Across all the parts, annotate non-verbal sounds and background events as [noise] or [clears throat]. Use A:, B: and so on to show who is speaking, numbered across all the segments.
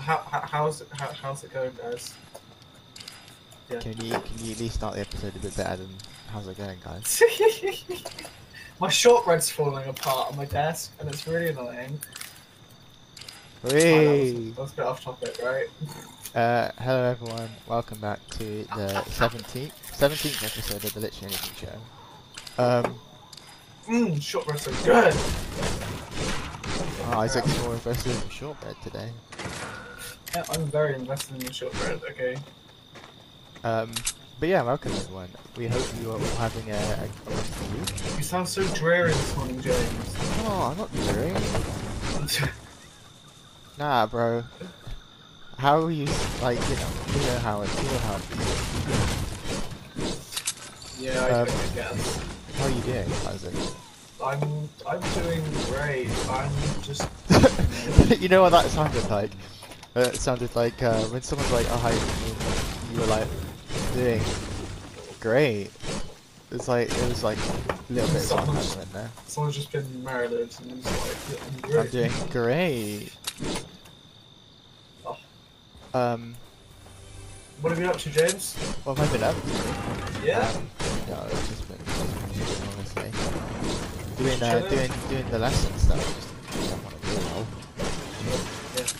A: How, how how's it, how, how's it going, guys? [laughs] Yeah.
B: Can you can you at least start the episode a bit better than how's it going, guys?
A: my shortbread's falling apart on my desk, and it's really annoying. Right, that,
B: Hey,
A: was, that was a bit off topic, right?
B: uh, hello everyone. Welcome back to the seventeenth seventeenth episode of the Literally Anything Show. Um,
A: Mmm, shortbread's so good.
B: oh, Isaac's more invested in shortbread today.
A: Yeah, I'm very invested in the shortbread. Okay.
B: Um, but yeah, welcome everyone. We hope you are all having a, a a wonderful week.
A: You sound so dreary this morning, James. [laughs]
B: Oh, I'm not doing. Nah, bro. How are you? s- Like, you know, you know how it, you know how it feels.
A: yeah, I,
B: Um,
A: I guess.
B: How are you doing, Isaac?
A: I'm I'm doing great. I'm just [laughs]
B: [laughs] you know what that sounded like? Uh, It sounded like uh, when someone's like, "Oh, hi," you were like, "Doing great." It's like it was like a little bit of
A: Someone's-
B: sarcasm in there.
A: someone's just been murdered, and I'm just like, yeah, I'm
B: I'm
A: great.
B: doing great.
A: Oh.
B: Um,
A: What have you up to, James?
B: what have I been up? to?
A: Yeah.
B: Um, no, it's just been, just been honestly doing uh,
A: Shut up.
B: doing doing the lesson stuff. Just don't want to do it all.
A: Yeah.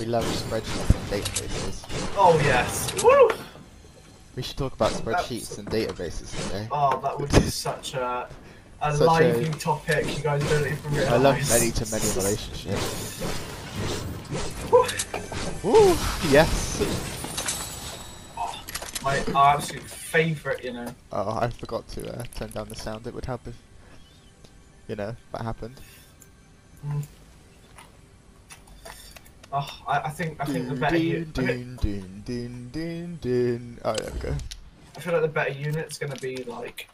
B: We love spreadsheets and databases.
A: Oh yes. Woo!
B: We should talk about spreadsheets and databases today.
A: Oh, that would be such a a
B: Such a-
A: lively topic. You guys don't even realize.
B: I love many to many relationships.
A: Woo!
B: Ooh, yes.
A: My our absolute favourite, you know.
B: Oh, I forgot to uh, turn down the sound. It would help if, you know, that happened.
A: Oh, I, I think I think the
B: Doon,
A: better.
B: doon,
A: U- I, think-
B: doon, doon, doon, doon, doon. Oh, there we go.
A: I feel like the better unit's gonna be like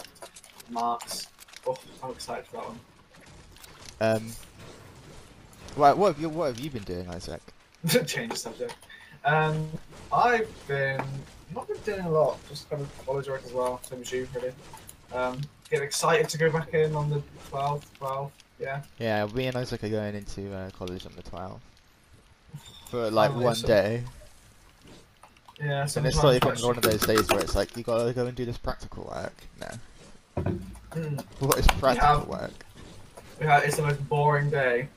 A: marks. Oh, I'm excited for that one.
B: Um, right, what have you what have you been doing, Isaac?
A: [laughs] change the subject. Um, I've been not been doing a lot, just kind of college work as well, same as you really. Um, getting excited to go back in on the 12th, 12th, yeah.
B: Yeah, me and Isaac are going into uh, college on the 12th for like
A: Oh,
B: one
A: awesome.
B: day,
A: Yeah, so
B: and it's not even one of those days where it's like you gotta go and do this practical work. No,
A: Hmm.
B: what is practical work?
A: yeah, it's the most boring day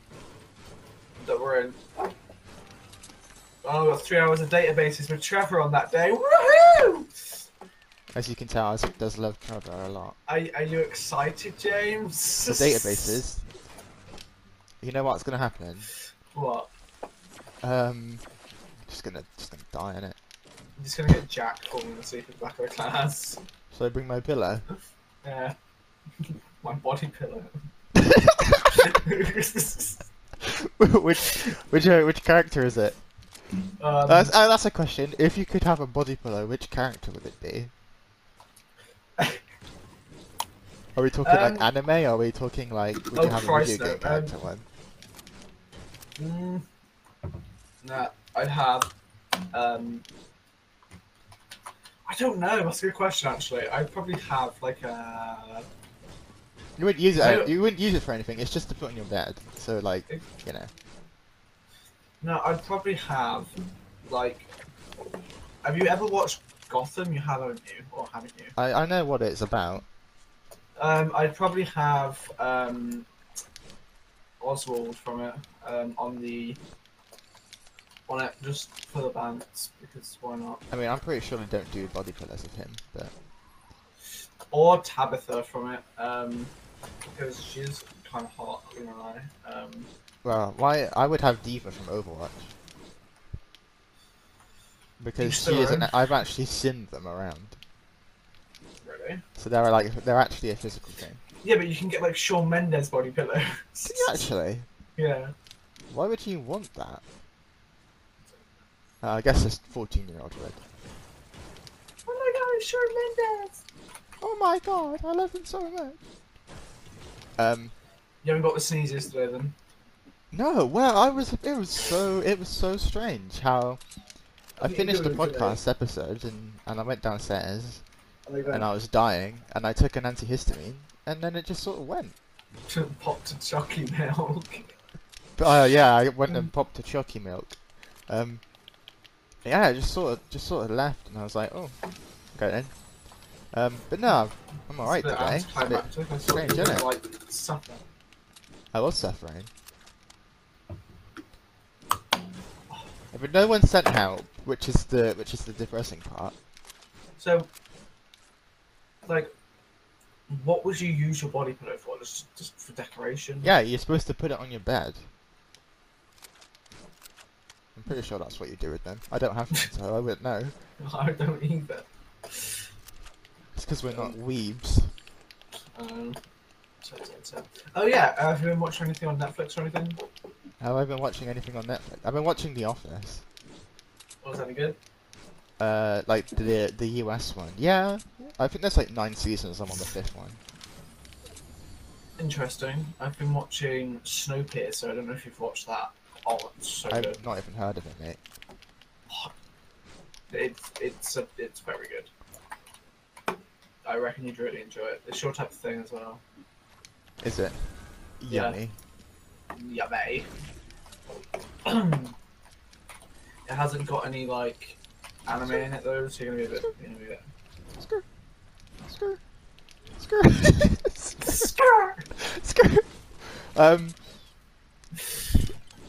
A: that we're in. Oh, we've got three hours of databases with Trevor on that day. Woohoo!
B: As you can tell, Isaac does love Trevor a lot.
A: Are, are you excited, James?
B: The databases. You know what's gonna happen?
A: What?
B: Um, just gonna just gonna die in it.
A: I'm just gonna get Jack falling asleep in the back of the class.
B: Should I bring
A: [laughs]
B: my pillow? [laughs]
A: Yeah. My body pillow. [laughs]
B: which which uh, which character is it?
A: um,
B: That's uh, that's a question. If you could have a body pillow, which character would it be? Are we talking like anime? Or are we talking like
A: Um,
B: would
A: oh,
B: you have
A: Christ,
B: a video
A: no,
B: game
A: um,
B: character one?
A: mm, nah, I'd have. Um, I don't know. That's a good question. Actually, I'd probably have like uh, a.
B: You wouldn't use it. uh,
A: I don't-
B: You wouldn't use it for anything. It's just to put on your bed. So like, you know.
A: No, I'd probably have like. Have you ever watched Gotham? You have, haven't you? Or haven't you?
B: I, I know what it's about.
A: Um, I'd probably have um, Oswald from it um, on the on it just for the bands because why not?
B: I mean, I'm pretty sure they don't do body pillows of him, but
A: Or Tabitha from it um, because she's kind of hot, you know. Um,
B: well, why? I would have Diva from Overwatch because
A: Each
B: she
A: their
B: is. An,
A: own.
B: I've actually seen them around,
A: really?
B: so they're like they're actually a physical thing.
A: Yeah, but you can get like Shawn Mendes body pillows. [laughs]
B: Actually,
A: yeah.
B: why would you want that? Uh, I guess this fourteen-year-old would.
A: Oh my God, it's Shawn Mendes!
B: Oh my god, I love him so much. Um,
A: You haven't got the sneezes today, then.
B: no, well, I was. It was so. It was so strange how I
A: think you
B: finished the
A: do it today.
B: podcast episode and and I went downstairs
A: And they then
B: and I was dying, and I took an antihistamine, and then it just sort of went.
A: [laughs] popped a chucky milk.
B: But uh, yeah, I went and popped a chalky milk. Um, yeah, I just sort of just sort of left, and I was like, oh, okay then. Um, but no, I'm alright
A: It's a bit
B: today. It's a bit-
A: anticlimactic. I sort
B: strange,
A: of
B: isn't it?
A: like suffer.
B: I was suffering. But no one sent help, which is the which is the depressing part.
A: So, like, what would you use your body pillow for? Just, just for decoration?
B: Yeah, you're supposed to put it on your bed. I'm pretty sure that's what you do with them. I don't have one, so I wouldn't know.
A: [laughs] I don't either.
B: It's because we're not weebs.
A: Um, so, so, so. Oh yeah, uh, have you been watching anything on Netflix or anything?
B: Have I been watching anything on Netflix? I've been watching The Office.
A: Was that any good?
B: Uh, like the the US one. Yeah, I think there's like nine seasons. I'm on the fifth one.
A: Interesting. I've been watching Snowpiercer. I don't know if you've watched that. Oh, it's so good.
B: I've not even heard of it, mate.
A: It's it's a, it's very good. I reckon you'd really enjoy it. It's your type of thing as well.
B: Is it?
A: Yeah.
B: Yummy.
A: Yummy. [clears throat] it hasn't got any like anime in it though, so you're gonna be a bit. You're gonna be a bit.
B: Skirt. Skirt. Skirt.
A: [laughs]
B: [laughs] Screw. Um.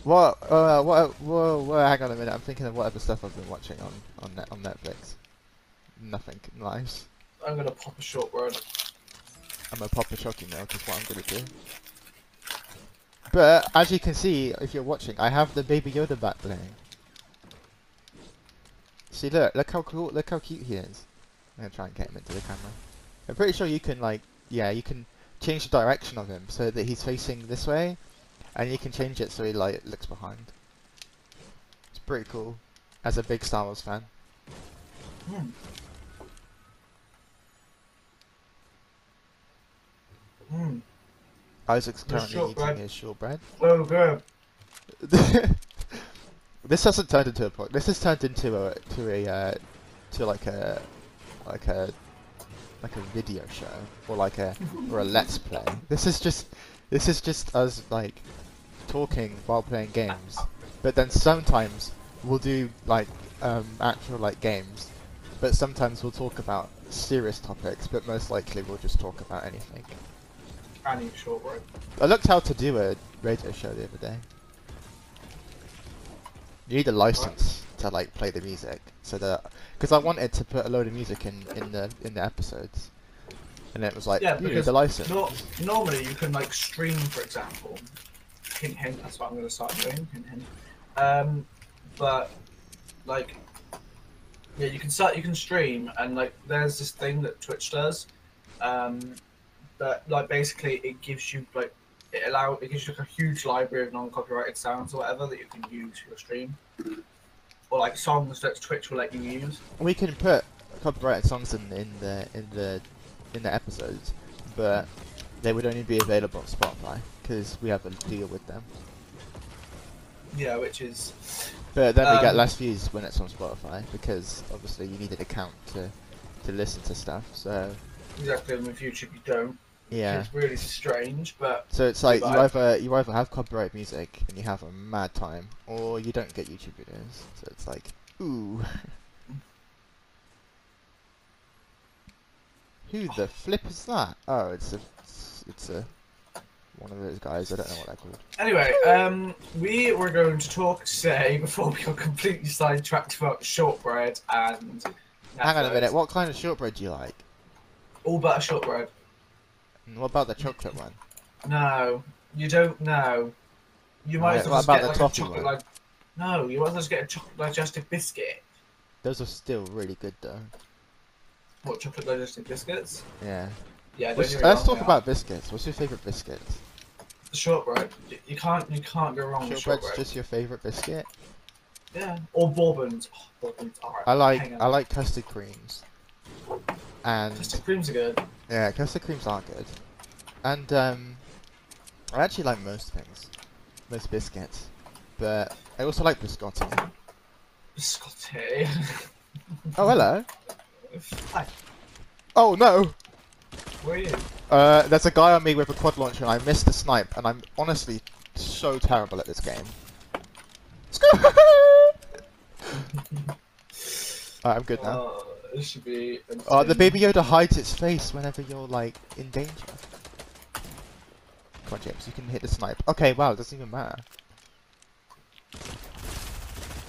B: What? Uh, what? Whoa, whoa! Hang on a minute. I'm thinking of whatever stuff I've been watching on on net, on Netflix. Nothing nice.
A: I'm gonna pop a short word.
B: I'm gonna pop a shocking milk. Is what I'm gonna do. But as you can see, if you're watching, I have the Baby Yoda back playing. See, look, look how cool, look how cute he is. I'm gonna try and get him into the camera. I'm pretty sure you can like, yeah, you can change the direction of him so that he's facing this way, and you can change it so he like looks behind. It's pretty cool. As a big Star Wars fan,
A: Hmm. Hmm.
B: Isaac's currently
A: shortbread.
B: eating his shortbread.
A: Oh good.
B: [laughs] this hasn't turned into a point. This has turned into a to a uh, to like a like a like a video show or like a or a let's play. This is just this is just us like talking while playing games. But then sometimes we'll do like um, actual like games. But sometimes we'll talk about serious topics. But most likely we'll just talk about anything.
A: I need a short word.
B: I looked how to do a radio show the other day. You need a license to like play the music, so that because I wanted to put a load of music in in the in the episodes, and it was like
A: Yeah,
B: you need
A: because
B: a uh, license.
A: Nor normally you can like stream, for example. Hint, hint. That's what I'm going to start doing. Hint, hint. Um, but like, yeah, you can start. You can stream, and like, there's this thing that Twitch does. Um, that like basically it gives you like it allow it gives you like a huge library of non-copyrighted sounds or whatever that you can use for your stream, or like songs that Twitch will let you use.
B: We can put copyrighted songs in in the in the in the episodes, but they would only be available on Spotify because we have a deal with them.
A: Yeah, which is
B: But then we get
A: Um,
B: less views when it's on Spotify because obviously you need an account to to listen to stuff. So
A: exactly with YouTube you don't.
B: yeah.
A: It's really strange, but
B: So it's like you
A: Goodbye.
B: either you either have copyright music and you have a mad time, or you don't get YouTube videos. So it's like, ooh, [laughs] who the flip is that? Oh, it's a it's, it's a one of those guys. I don't know what they're called.
A: Anyway, um, we were going to talk today [laughs] before we got completely sidetracked about shortbread and.
B: Hang on a
A: nachos.
B: minute. What kind of shortbread do you like?
A: All but a shortbread.
B: And what about the chocolate one?
A: No, you don't know. You might
B: Right,
A: as well
B: what
A: just
B: about
A: get
B: the
A: like a
B: toffee
A: chocolate.
B: one?
A: Like, no, you might as well just get a chocolate digestive biscuit.
B: Those are still really good though.
A: What chocolate digestive biscuits?
B: Yeah.
A: Yeah, don't
B: Let's,
A: get me
B: let's
A: wrong,
B: talk
A: they
B: about biscuits. What's your favorite biscuit?
A: are. shortbread. You- You can't, you can't go wrong with
B: Shortbread's
A: shortbread.
B: just your favorite biscuit.
A: Yeah, or bourbons. Oh, bourbons. All right.
B: I like
A: Hang on.
B: I like custard creams. And
A: Custard creams are good.
B: Yeah, custard creams are good. And um, I actually like most things, most biscuits, but I also like
A: Mm-hmm.
B: biscotti.
A: Biscotti. [laughs]
B: Oh hello.
A: Hi.
B: Oh no!
A: Where are you?
B: Uh, there's a guy on me with a quad launcher, and I missed the snipe, and I'm honestly so terrible at this game. [laughs] Screw- Alright, I'm good now.
A: Uh, this should be. an
B: Oh, the
A: in-
B: baby Yoda hides its face whenever you're like in danger. Come on, James, you can hit the snipe. Okay, wow, it doesn't even matter.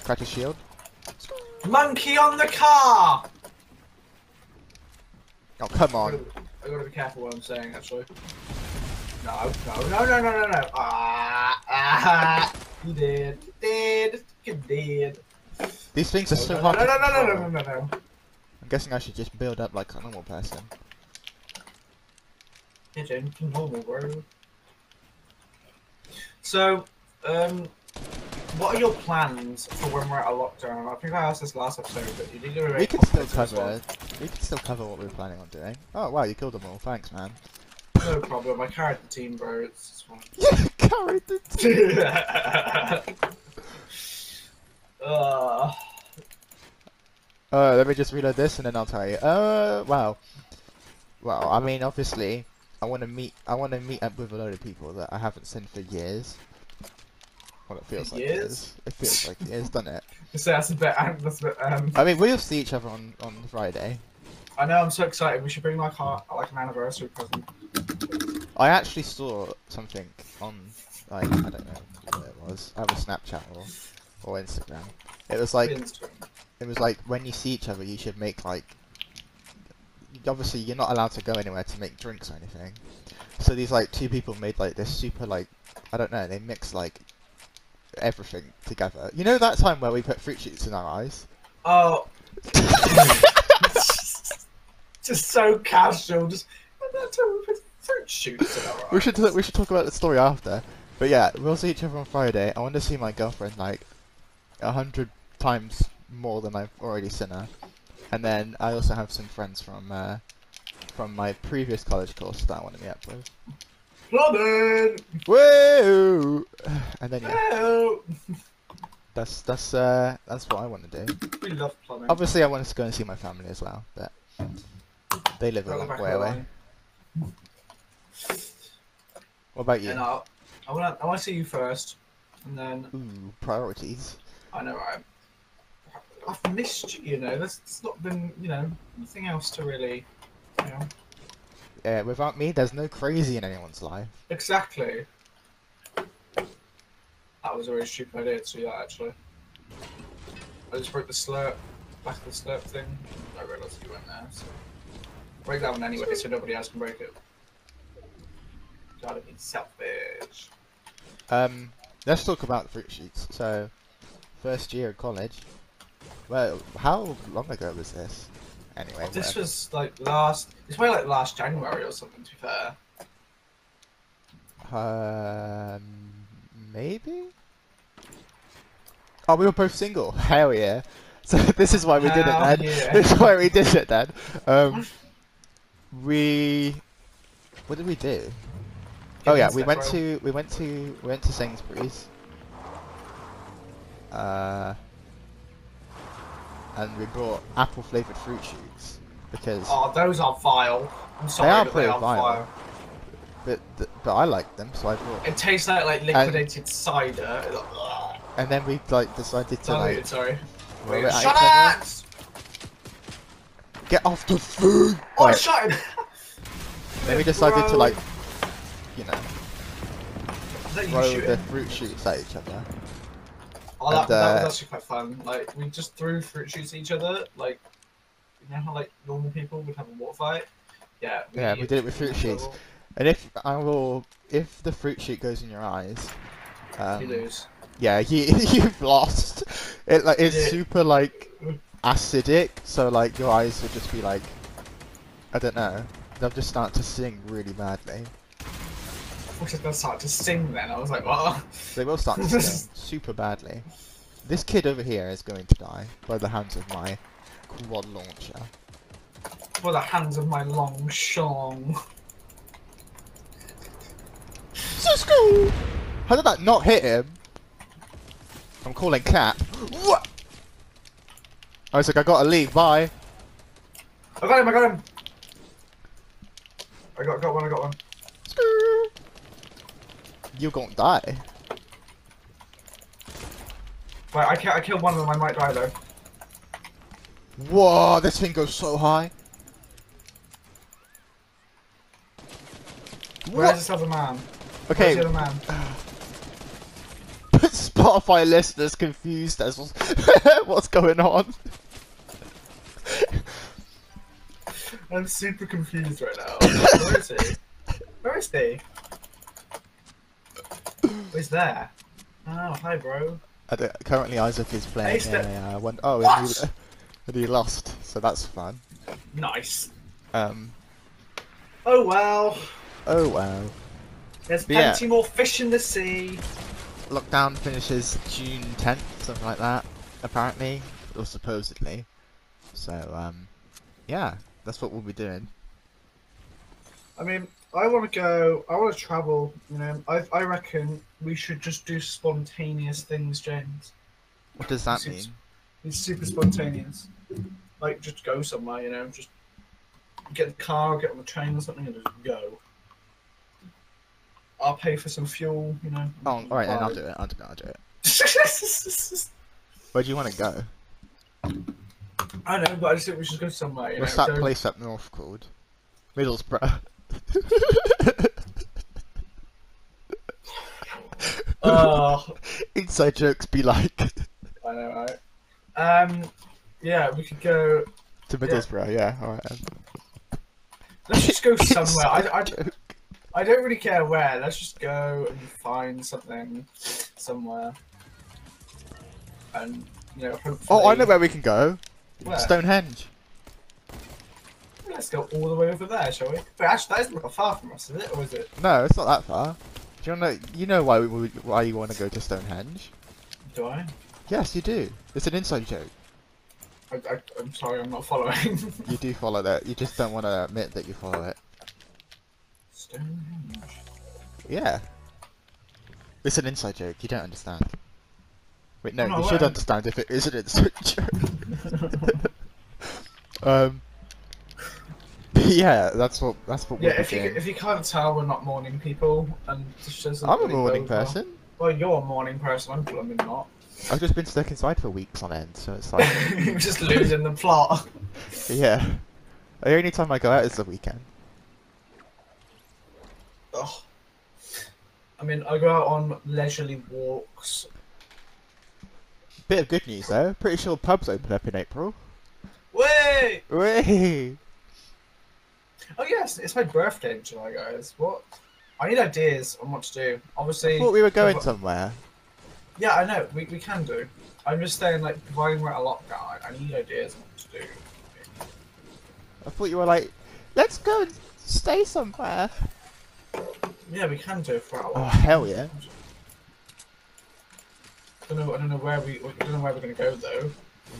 B: Crack his shield.
A: Monkey on the car!
B: Oh, come on.
A: I gotta be careful what I'm saying, actually. No, no, no, no, no, no, no. Ah, ah, you did, you did, you did.
B: These things are so
A: no,
B: hard.
A: no,
B: to
A: no, no, no,
B: control.
A: no, no, no, no.
B: I'm guessing I should just build up like a normal person.
A: It's anything normal, bro. So, um, what are your plans for when we're at a lockdown? I think I asked this last episode, but you did give a
B: We
A: very
B: can still
A: comprehensive
B: cover. We can still cover what we were planning on doing. Oh wow, you killed them all. Thanks, man. [laughs]
A: response. No problem, I carried the team, bro. It's, it's fine.
B: You carried the team.
A: uh,
B: Uh, let me just reload this and then I'll tell you. Uh, wow. Well, I mean, obviously, I want to meet. I want to meet up with a load of people that I haven't seen for years. Well, it feels like
A: Years?
B: years. It feels like years, doesn't it?
A: so that's a bit. That's a bit um,
B: I mean, we'll see each other on on Friday.
A: I know. I'm so excited. We should bring like our like an anniversary present.
B: I actually saw something on like I don't know what it was. Either Snapchat or or Instagram. It was like
A: Instagram.
B: it was like when you see each other, you should make like. Obviously, you're not allowed to go anywhere to make drinks or anything. So these like two people made like this super like I don't know. They mixed like everything together. You know that time where we put fruit shoots in our eyes? [laughs]
A: Oh. [laughs] just so casual. Just and that's how we put fruit shoots in our
B: We should t- we should talk about the story after. But yeah, we'll see each other on Friday. I want to see my girlfriend like a hundred times more than I've already seen her. And then I also have some friends from uh, from my previous college course that I want to meet up with.
A: Plumbing.
B: Whoa! [sighs] And then yeah,
A: Hello.
B: that's that's uh that's what I want to do.
A: We love plumbing.
B: Obviously, I wanted to go and see my family as well, but they live
A: We're at
B: a
A: the back
B: long
A: of
B: way
A: the
B: away.
A: line.
B: What about you?
A: And uh, I, I want to. I want to see you first, and then
B: Ooh, priorities.
A: I know. I, I've missed you. You know, there's, there's not been. You know, nothing else to really. You know,
B: Yeah, without me, there's no crazy in anyone's life.
A: exactly. That was a really stupid idea to do that. Actually, I just broke the slurp, back of the slurp thing. I realised you weren't there. So break that one anyway, so nobody else can break it. Gotta be selfish.
B: Um, let's talk about fruit sheets. So, first year of college. Well, how long ago was this? Anyway,
A: This
B: whatever.
A: was like last. It's probably like last January or something. To be fair.
B: Um, maybe. Oh, we were both single. [laughs] Hell yeah! So [laughs] this is why we did it,
A: Hell
B: [laughs] Dad.
A: yeah.
B: This is why we did it, Dad. Um, we. What did we do? Oh yeah, we went to we went to we went to Sainsbury's. Uh, and we brought apple flavored fruit shoots because
A: Oh, those are vile. I'm sorry,
B: are
A: but
B: pretty
A: they are
B: vile.
A: vile.
B: but but I liked them, so I brought.
A: It tastes like like liquidated cider. It's Like, ugh.
B: And then we like decided to like.
A: Diluted, sorry.
B: roll
A: Wait,
B: it at
A: shut
B: each other.
A: up!
B: Get off the food!
A: Oh,
B: Right,
A: shut him!
B: [laughs] then we decided to
A: Bro.
B: like, you know,
A: Is that you
B: throw the
A: shooting?
B: fruit shoots at each other.
A: Oh, that,
B: and,
A: that
B: uh,
A: was actually quite fun. Like, we just threw fruit shoots at each other. Like, you know how like normal people would have a water fight? Yeah.
B: Yeah, we did it with fruit shoots. And if I will, if the fruit shoot goes in your eyes,
A: You
B: um,
A: lose.
B: yeah, you [laughs] you've lost. It like it's
A: Yeah.
B: super like acidic, so like your eyes will just be like, I don't know, they'll just start to sing really badly.
A: I was just gonna start to sing then. I was like, well,
B: They will start to sting super badly. This kid over here is going to die by the hands of my quad launcher.
A: for the hands of my long shong. [laughs]
B: Cisco! How did that not hit him? I'm calling Cap. What? I was like, I gotta leave, bye.
A: I got him! I got him! I got got one. I got one.
B: You're gonna die.
A: Wait, I, ki- I killed one of them. I might die though.
B: Whoa, this thing goes so high.
A: Where's
B: What?
A: this other man? Where's
B: Okay,
A: the other man?
B: [laughs] Spotify listeners confused as what's, [laughs] what's going on.
A: I'm super confused right now.
B: [laughs]
A: Where Oh, is he? Where is he? He's there. Oh, hi, bro.
B: I don't- currently, Isaac is playing.
A: Ace
B: Yeah,
A: that-
B: yeah, I went, oh, and he, [laughs]
A: What?
B: and he lost, so that's fun.
A: Nice.
B: Um,
A: Oh well.
B: oh wow.
A: There's
B: But yeah.
A: plenty more fish in the sea.
B: Lockdown finishes June 10th, something like that, apparently, or supposedly. So, um, yeah, that's what we'll be doing.
A: I mean, I want to go. I want to travel. You know, I I reckon we should just do spontaneous things, James.
B: What does that mean?
A: Seems- It's super spontaneous. Like just go somewhere. You know, just get in the car, get on the train or something, and just go. I'll pay for some fuel. You know.
B: Oh, alright then, I'll do it, I'll do it, I'll do it.
A: it.
B: Where do you want to go?
A: [laughs] I know, but I just think we should go somewhere. You
B: What's
A: know,
B: that
A: don't-
B: place up north called? Middlesbrough. [laughs]
A: Oh,
B: Inside jokes be like
A: I know, right? Um, yeah, we could go.
B: to Middlesbrough. Yeah, um, alright. then.
A: Let's
B: [laughs]
A: just go somewhere.
B: Inside
A: I, I,
B: joke.
A: I don't really care where. Let's just go and find something somewhere. And, you know, hopefully.
B: [laughs] Oh, I know where we can go.
A: Where?
B: Stonehenge.
A: Let's go all the way over there, shall we? But actually, that isn't that far from us, is it? Or is it?
B: No, it's not that far. Do you know? You know why we would- why you want to go to Stonehenge?
A: Do I?
B: Yes, you do. It's an inside joke.
A: I, I I'm sorry, I'm not following. [laughs]
B: You do follow that. You just don't want to admit that you follow it.
A: Stonehenge.
B: Yeah. It's an inside joke. You don't understand. Wait, no,
A: No,
B: you should
A: I-
B: understand if it is an inside [laughs] joke. um. Yeah, that's what that's what
A: Yeah,
B: we're
A: if you,
B: doing.
A: if you can't tell, we're not morning people. and this shows
B: I'm a
A: really
B: morning
A: well.
B: person.
A: Well, you're a morning person, I'm blooming
B: [laughs]
A: not.
B: I've just been stuck inside for weeks on end,
A: [laughs]
B: so it's like,
A: You're just losing the plot.
B: yeah. The only time I go out is the weekend.
A: Ugh. I mean, I go out on leisurely walks.
B: Bit of good news though. Pretty sure pubs open up in April.
A: Wait!
B: Whee!
A: Oh, yes, it's my birthday in July, guys. What? I need ideas on what to do. Obviously.
B: I thought we were going
A: I've-
B: somewhere.
A: Yeah, I know, we, we can do. I'm just saying, like, providing we're at a lockdown, I, I need ideas on what to do.
B: I thought you were like, let's go and stay somewhere.
A: Yeah, we can do it for a
B: Oh
A: while.
B: hell yeah!
A: I don't know, I don't know where we, I don't know where we're gonna go though.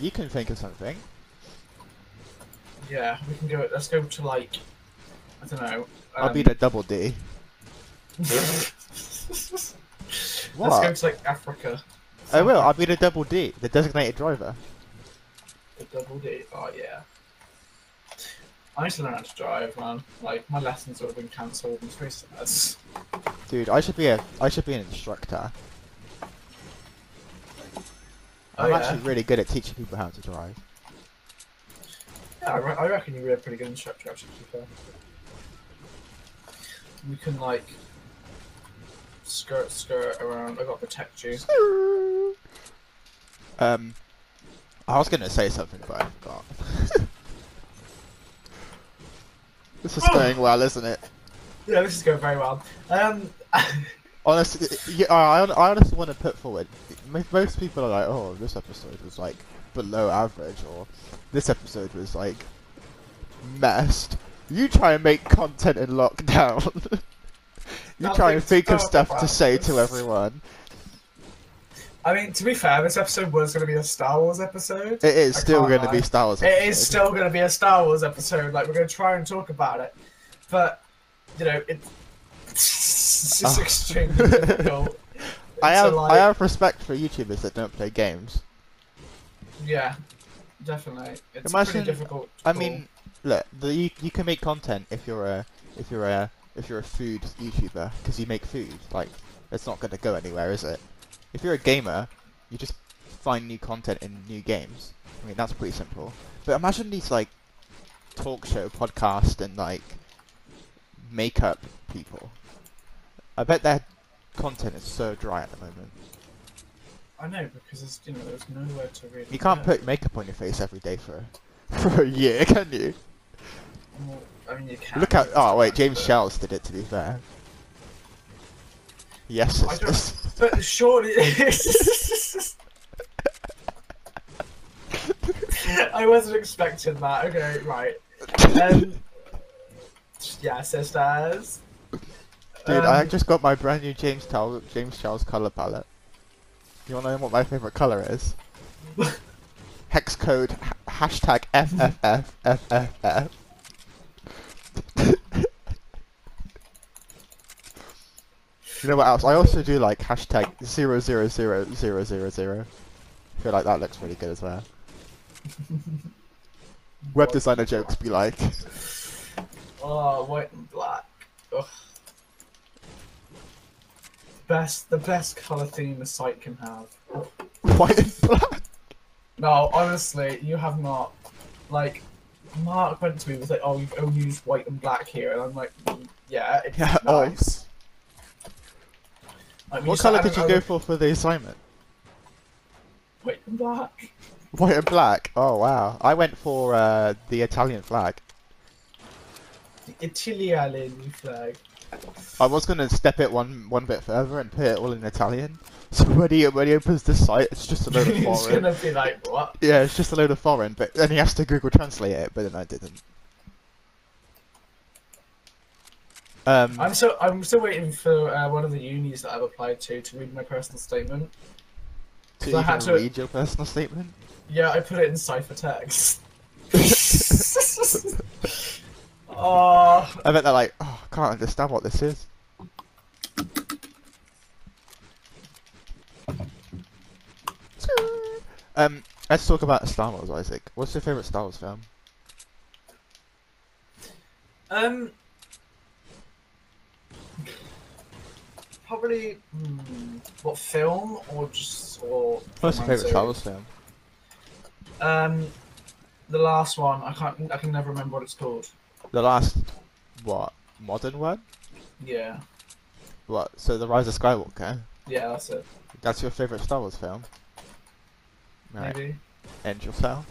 B: You can think of something.
A: Yeah, we can go. Let's go to like, I don't know.
B: I'll be
A: um, [laughs]
B: the double D.
A: Let's go
B: What?
A: to like Africa.
B: I will. I'll be the double D, the designated driver.
A: The double D. Oh yeah. I need to learn how to drive, man. Like my lessons have been cancelled. I'm so sad.
B: Dude, I should be a. I should be an instructor.
A: Oh
B: I'm
A: yeah.
B: actually really good at teaching people how to drive.
A: yeah I, re- I reckon you're a pretty good instructor, actually. To be fair. We can like skirt, skirt around. I gotta protect you.
B: Um, I was gonna say something, but I forgot. [laughs] this is
A: Oh.
B: going well, isn't it?
A: Yeah, this is going very well. Um, [laughs]
B: Honestly, yeah, I, hon- I honestly want to put forward. mo- Most people are like, "Oh, this episode was like below average," or "This episode was like messed." You try and make content in lockdown. [laughs] you try and
A: Nothing's
B: think of
A: so
B: stuff to
A: bad.
B: say to everyone.
A: I mean, to be fair, this episode was going to be a Star Wars episode.
B: It is
A: I
B: still
A: can't
B: going to
A: lie.
B: be Star Wars.
A: It is
B: episode.
A: still going to be a Star Wars episode. Like, we're going to try and talk about it. But, you know, it, [laughs] it's just
B: Oh.
A: extremely
B: [laughs]
A: difficult.
B: I
A: So,
B: have
A: like,
B: I have respect for YouTubers that don't play games.
A: Yeah, definitely. It's
B: Imagine-
A: pretty difficult. to
B: I
A: call.
B: mean, look, the, you, you can make content if you're a if you're a if you're a food YouTuber because you make food. Like it's not going to go anywhere, is it? If you're a gamer, you just find new content in new games. I mean that's pretty simple. But imagine these like talk show, podcast, and like makeup people. I bet their content is so dry at the moment.
A: I know because there's you know there's nowhere to really.
B: You can't
A: go.
B: put makeup on your face every day for [laughs] for a year, can you?
A: Well, I mean you can.
B: Look out!
A: but-
B: Oh wait, James Charles did it. To be fair. Yes.
A: I don't-
B: [laughs] sisters.
A: But surely. [laughs] I wasn't expecting that. Okay, right. Um, yeah, sisters.
B: Dude,
A: um,
B: I just got my brand new James Charles James Charles color palette. You wanna know what my favorite color is? Hex code h- hashtag FFFFFF. [laughs] you know what else? I also do like hashtag zero zero zero zero zero zero. I feel like that looks really good as well. Web designer jokes be
A: [laughs]
B: like, [laughs]
A: Oh, white and black. Ugh. Best, the best color theme the site can have.
B: white and black.
A: No, honestly, you have not. Like, Mark went to me and was like, "Oh, you've only used white and black here," and I'm like, "Mm, "Yeah, it's
B: Yeah, oh.
A: nice." Like, we
B: What
A: used to-
B: color
A: I
B: did you
A: don't
B: go
A: know,
B: for for the assignment?
A: White and black.
B: White and black. Oh wow! I went for uh, the Italian flag.
A: The Italian flag.
B: I was gonna step it one one bit further and put it all in Italian. So when he when he opens this site, it's just a load
A: [laughs]
B: of
A: It's
B: foreign.
A: gonna be like what?
B: Yeah, it's just a load of foreign. But then he has to Google translate it. But then I didn't. Um,
A: I'm so I'm still waiting for uh, one of the unis that I've applied to to read my personal statement.
B: so
A: I
B: you
A: had
B: can
A: to-
B: read your personal statement.
A: Yeah, I put it in
B: [laughs]
A: ciphertext. oh,
B: I bet they're like, oh, I can't understand what this is. Um, let's talk about Star Wars, Isaac. What's your favorite Star Wars film?
A: um, probably hmm, what film or just or
B: What's your
A: film
B: favorite Star
A: series?
B: Wars film?
A: Um, the last one I can't I can never remember what it's called.
B: The last, what modern one?
A: Yeah,
B: What? So the Rise of Skywalker.
A: yeah, that's it.
B: That's your favorite Star Wars film. Right.
A: Maybe [laughs]
B: End yourself.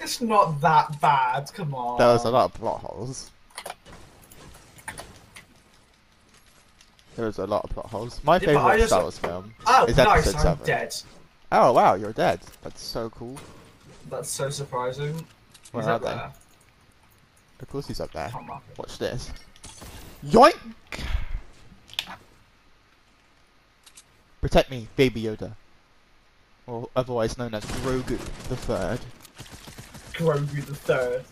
A: it's not that bad. Come on.
B: There was a lot of plot holes. There was a lot of plot holes. My
A: Yeah, but I
B: favourite
A: just-
B: Star Wars film.
A: Oh,
B: Is
A: nice!
B: episode
A: I'm
B: seven.
A: dead.
B: Oh wow, you're dead. That's so cool.
A: That's so surprising.
B: Where
A: He's
B: are
A: up
B: they?
A: there.
B: Of course he's up there.
A: Can't mark it.
B: Watch this. Yoink! Protect me, Baby Yoda. Or otherwise known as Grogu the Third.
A: Grogu the third.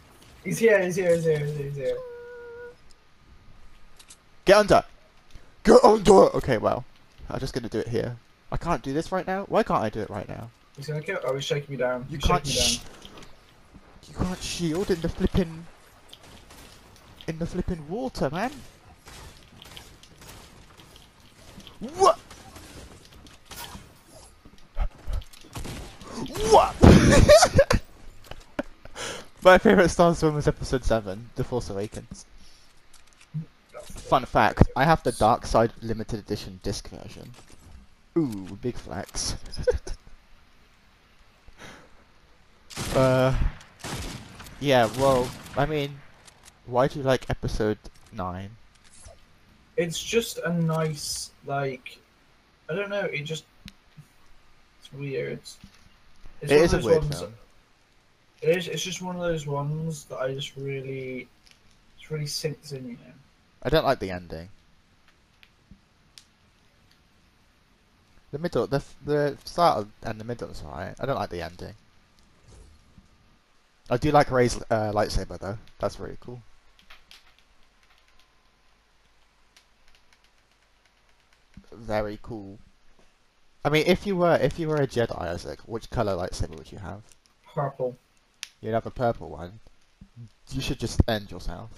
A: He's here, he's here, he's here, he's here, he's here.
B: Get under! Get under! Okay, well, I'm just gonna do it here. I can't do this right now. Why can't I do it right now?
A: He's gonna kill oh he's shaking me down.
B: You
A: he's
B: can't.
A: shaking me
B: Sh- you can't shield in the flipping. In the flipping water, man. What? What? [laughs] My favorite Star Wars film was Episode Seven: The Force Awakens.
A: down.
B: Fun fact: I have the Dark Side limited edition disc version. Ooh, big flex. uh, yeah. Well, I mean, why do you like Episode Nine?
A: It's just a nice like I don't know, it just it's weird. It's
B: It
A: one
B: is
A: of
B: a
A: those
B: weird
A: ones-
B: film.
A: It is it's just one of those ones that I just really it's really sinks in, you know.
B: I don't like the ending. The middle, the f- the start of- and the middle is alright. I don't like the ending. I do like Ray's uh, lightsaber though. That's really cool. Very cool. I mean, if you were if you were a Jedi, Isaac, which color lightsaber would you have?
A: Purple.
B: You'd have a purple one. you should just end yourself.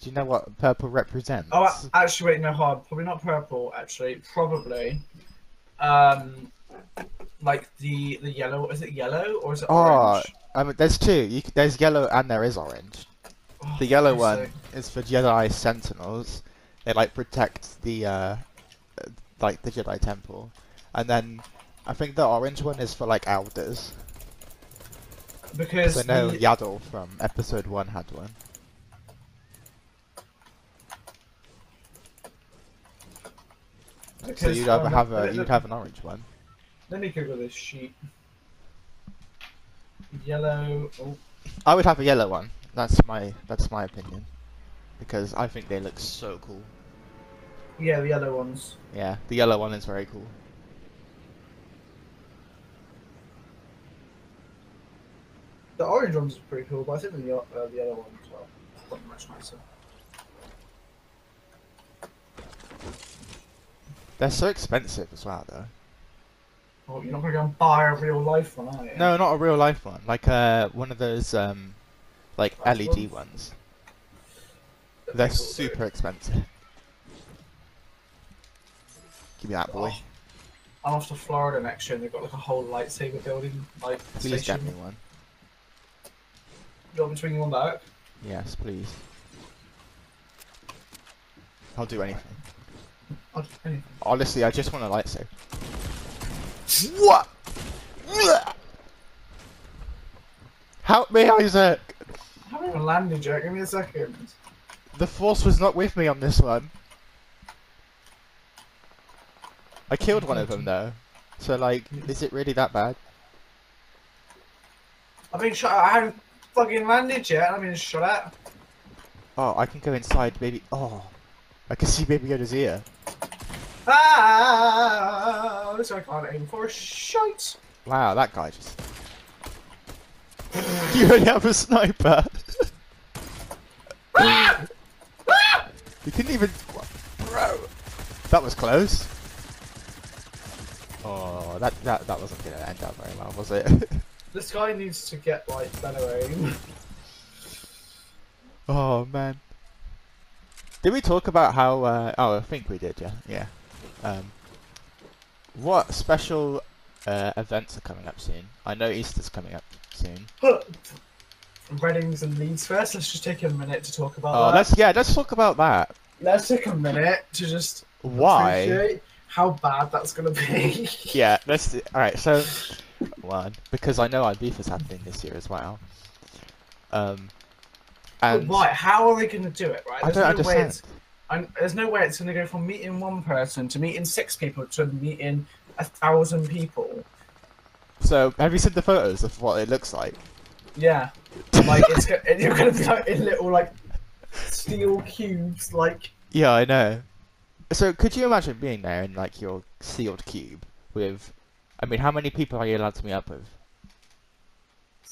B: Do you know what purple represents?
A: Oh, a- actually, wait, no, hard. Probably not purple. Actually, probably, um, like the the yellow. Is it yellow or is it
B: Ah,
A: orange?
B: I mean, there's two. You, c- there's yellow and there is orange.
A: Oh,
B: The yellow
A: for
B: one
A: fuck's
B: is for Jedi Sentinels. They like protect the uh, uh, like the Jedi Temple, and then I think the orange one is for like Elders.
A: sake. Because
B: So no,
A: the-
B: Yaddle from Episode One had one. So
A: because,
B: you'd either
A: um,
B: have
A: let
B: a
A: me-
B: you'd have an orange one.
A: Let me Google this sheet. Yellow. Oh,
B: I would have a yellow one. That's my that's my opinion, because I think they look so cool.
A: yeah, the yellow ones.
B: Yeah, the yellow one is very cool.
A: The orange ones are pretty cool, but I think the, yel- uh, the yellow one as well. Quite much nicer.
B: They're so expensive as well, though.
A: Oh, you're not gonna go and buy a real life one, are you?
B: No, not a real life one. Like uh, one of those um, like
A: Glass
B: LED
A: ones?
B: ones.
A: That
B: They're
A: people do.
B: super expensive. Give me that boy.
A: Oh, I'm off to Florida next year, and they've got like a whole lightsaber building, like
B: please
A: station.
B: get me one.
A: Do you want me to bring you one back?
B: Yes, please. I'll do anything.
A: I'll just, anyway.
B: Honestly, I just want a lightsaber. What? Help me, Isaac!
A: I haven't even landed yet. Give me a second.
B: The force was not with me on this one. I killed one of them though. So like, is it really that bad?
A: I've been shot. I haven't fucking landed yet. and I've been shot at.
B: Oh, I can go inside, baby. Oh, I can see Baby Yoda's ear.
A: Ah! This I can't aim for shite.
B: Wow, that guy just. [laughs] you only have a sniper. [laughs] Ah! you didn't even, bro. That was close. Oh, that that that wasn't gonna end up very well, was it? [laughs]
A: This guy needs to get like better aim. [laughs]
B: Oh man. Did we talk about how? Uh, oh, I think we did. Yeah, yeah. Um, what special uh, events are coming up soon? I know Easter's coming up soon.
A: Readings and Leeds first. Let's just take a minute to talk about
B: Oh,
A: that.
B: let's yeah, let's talk about that.
A: Let's take a minute to just
B: Why?
A: appreciate how bad that's gonna be.
B: Yeah, let's. Do, all right, so one because I know IBFA's happening this year as well. Um,
A: But
B: and
A: Why? How are they going to do it? Right?
B: I don't
A: no way
B: understand.
A: it's- I'm, there's no way it's going to go from meeting one person to meeting six people to meeting a thousand people.
B: So, have you seen the photos of what it looks like?
A: Yeah, like it's go- and you're going to be like in little like steel cubes, like
B: Yeah, I know. So could you imagine being there in like your sealed cube with I mean how many people are you allowed to meet up with?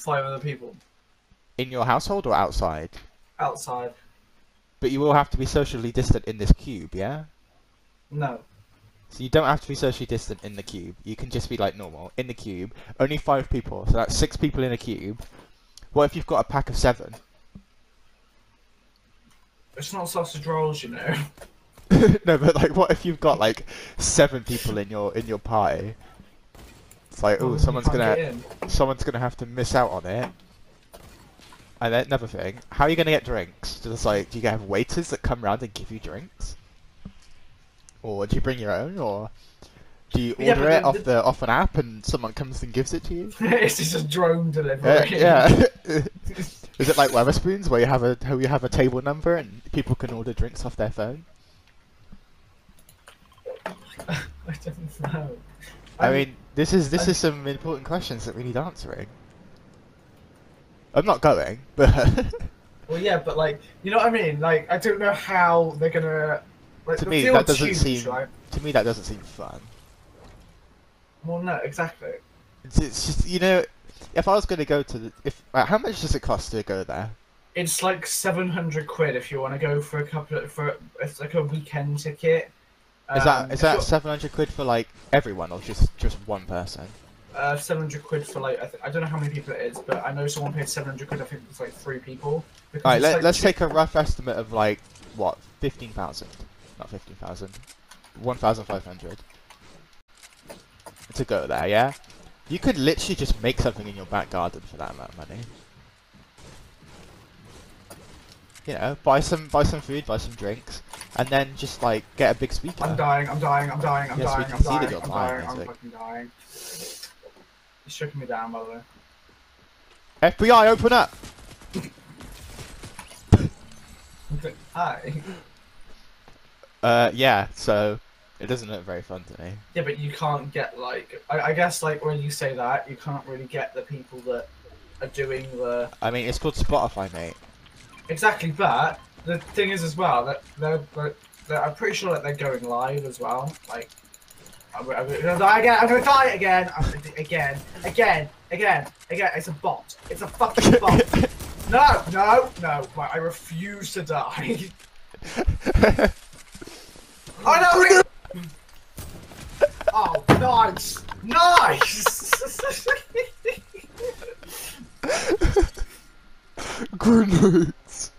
A: five other people
B: In your household or outside?
A: outside.
B: But you will have to be socially distant in this cube, yeah?
A: No,
B: So you don't have to be socially distant in the cube. You can just be like normal in the cube. Only five people, so that's six people in a cube. What if you've got a pack of seven? [laughs]
A: it's not sausage rolls, you know.
B: no, but like what if you've got like seven people in your in your party? It's like, oh,
A: You
B: someone's
A: can't
B: gonna
A: get in. [laughs]
B: someone's gonna have to miss out on it. And then another thing, how are you gonna get drinks? Just like, do you have waiters that come round and give you drinks, or do you bring your own, or do you
A: Yeah,
B: order
A: but
B: it
A: the-
B: off
A: the-
B: the off an app and someone comes and gives it
A: [laughs]
B: to you?
A: it's just a drone
B: Yeah,
A: delivery.
B: yeah. [laughs] Is it like Weatherspoons where you have a where you have a table number and people can order drinks off their phone?
A: [laughs] I don't know.
B: I
A: I'm-
B: mean, this is this
A: Um, I-
B: is some important questions that we need answering. I'm not going, but [laughs]
A: Well, yeah, but like, you know what I mean? Like, I don't know how they're gonna. Like,
B: To
A: the
B: me,
A: field's
B: that doesn't
A: huge,
B: seem-
A: Right?
B: to me that doesn't seem fun.
A: Well, no, exactly.
B: It's, it's just you know, if I was going to go to the, if like, how much does it cost to go there?
A: It's like seven hundred quid if you want to go for a couple of, for it's like a weekend ticket.
B: Is
A: Um,
B: that is that
A: if
B: seven hundred quid for like everyone or just just one person?
A: you're- uh, 700 quid for like I, th- I don't know how many people it is, but I know someone paid 700 quid. I think it's like three people. because
B: All right,
A: it's,
B: let,
A: like,
B: let's
A: cheap-
B: take a rough estimate of like what fifteen thousand, not fifteen thousand, one thousand five hundred to go there. Yeah, you could literally just make something in your back garden for that amount of money. You know, buy some buy some food, buy some drinks, and then just like get a big
A: [laughs]
B: speaker.
A: I'm dying. I'm dying. I'm dying. I'm
B: Yes, we
A: dying.
B: can
A: I'm
B: see that
A: dying.
B: you're
A: I'm
B: dying,
A: dying. I'm
B: Isaac.
A: fucking dying. He's shaking me down, by the way.
B: FBI, open up!
A: Okay, Hi.
B: Uh, yeah. So it doesn't look very fun to me.
A: Yeah, but you can't get like I, I guess like when you say that, you can't really get the people that are doing the
B: I mean, it's called Spotify, mate.
A: exactly that. The thing is as well that they're, they're, they're I'm pretty sure that they're going live as well. Like I'm, I'm gonna die again. I'm gonna die again. I'm gonna, die again. Again. Again. Again. It's a bot. It's a fucking bot. no.
B: [laughs]
A: No. No. Right, I refuse to die. [laughs] Oh no! we- oh, nice! Nice! [laughs]
B: Grenades.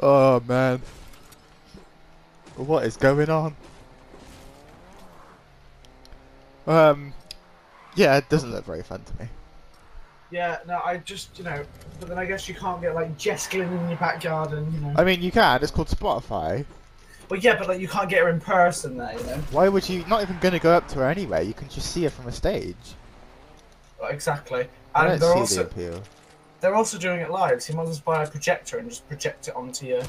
B: Oh man. What is going on? Um yeah, it doesn't look very fun to me.
A: yeah, no, I just, you know, but then I guess you can't get like Jess Glynn in your back garden, you know.
B: I mean, you can, it's called Spotify.
A: But yeah, but like you can't get her in person there, you know.
B: Why would you not even going to go up to her anyway? You can just see her from a stage.
A: Well, exactly.
B: I
A: And
B: don't see
A: they're also
B: the appeal.
A: they're also doing it live, so you might as well buy a projector and just project it onto your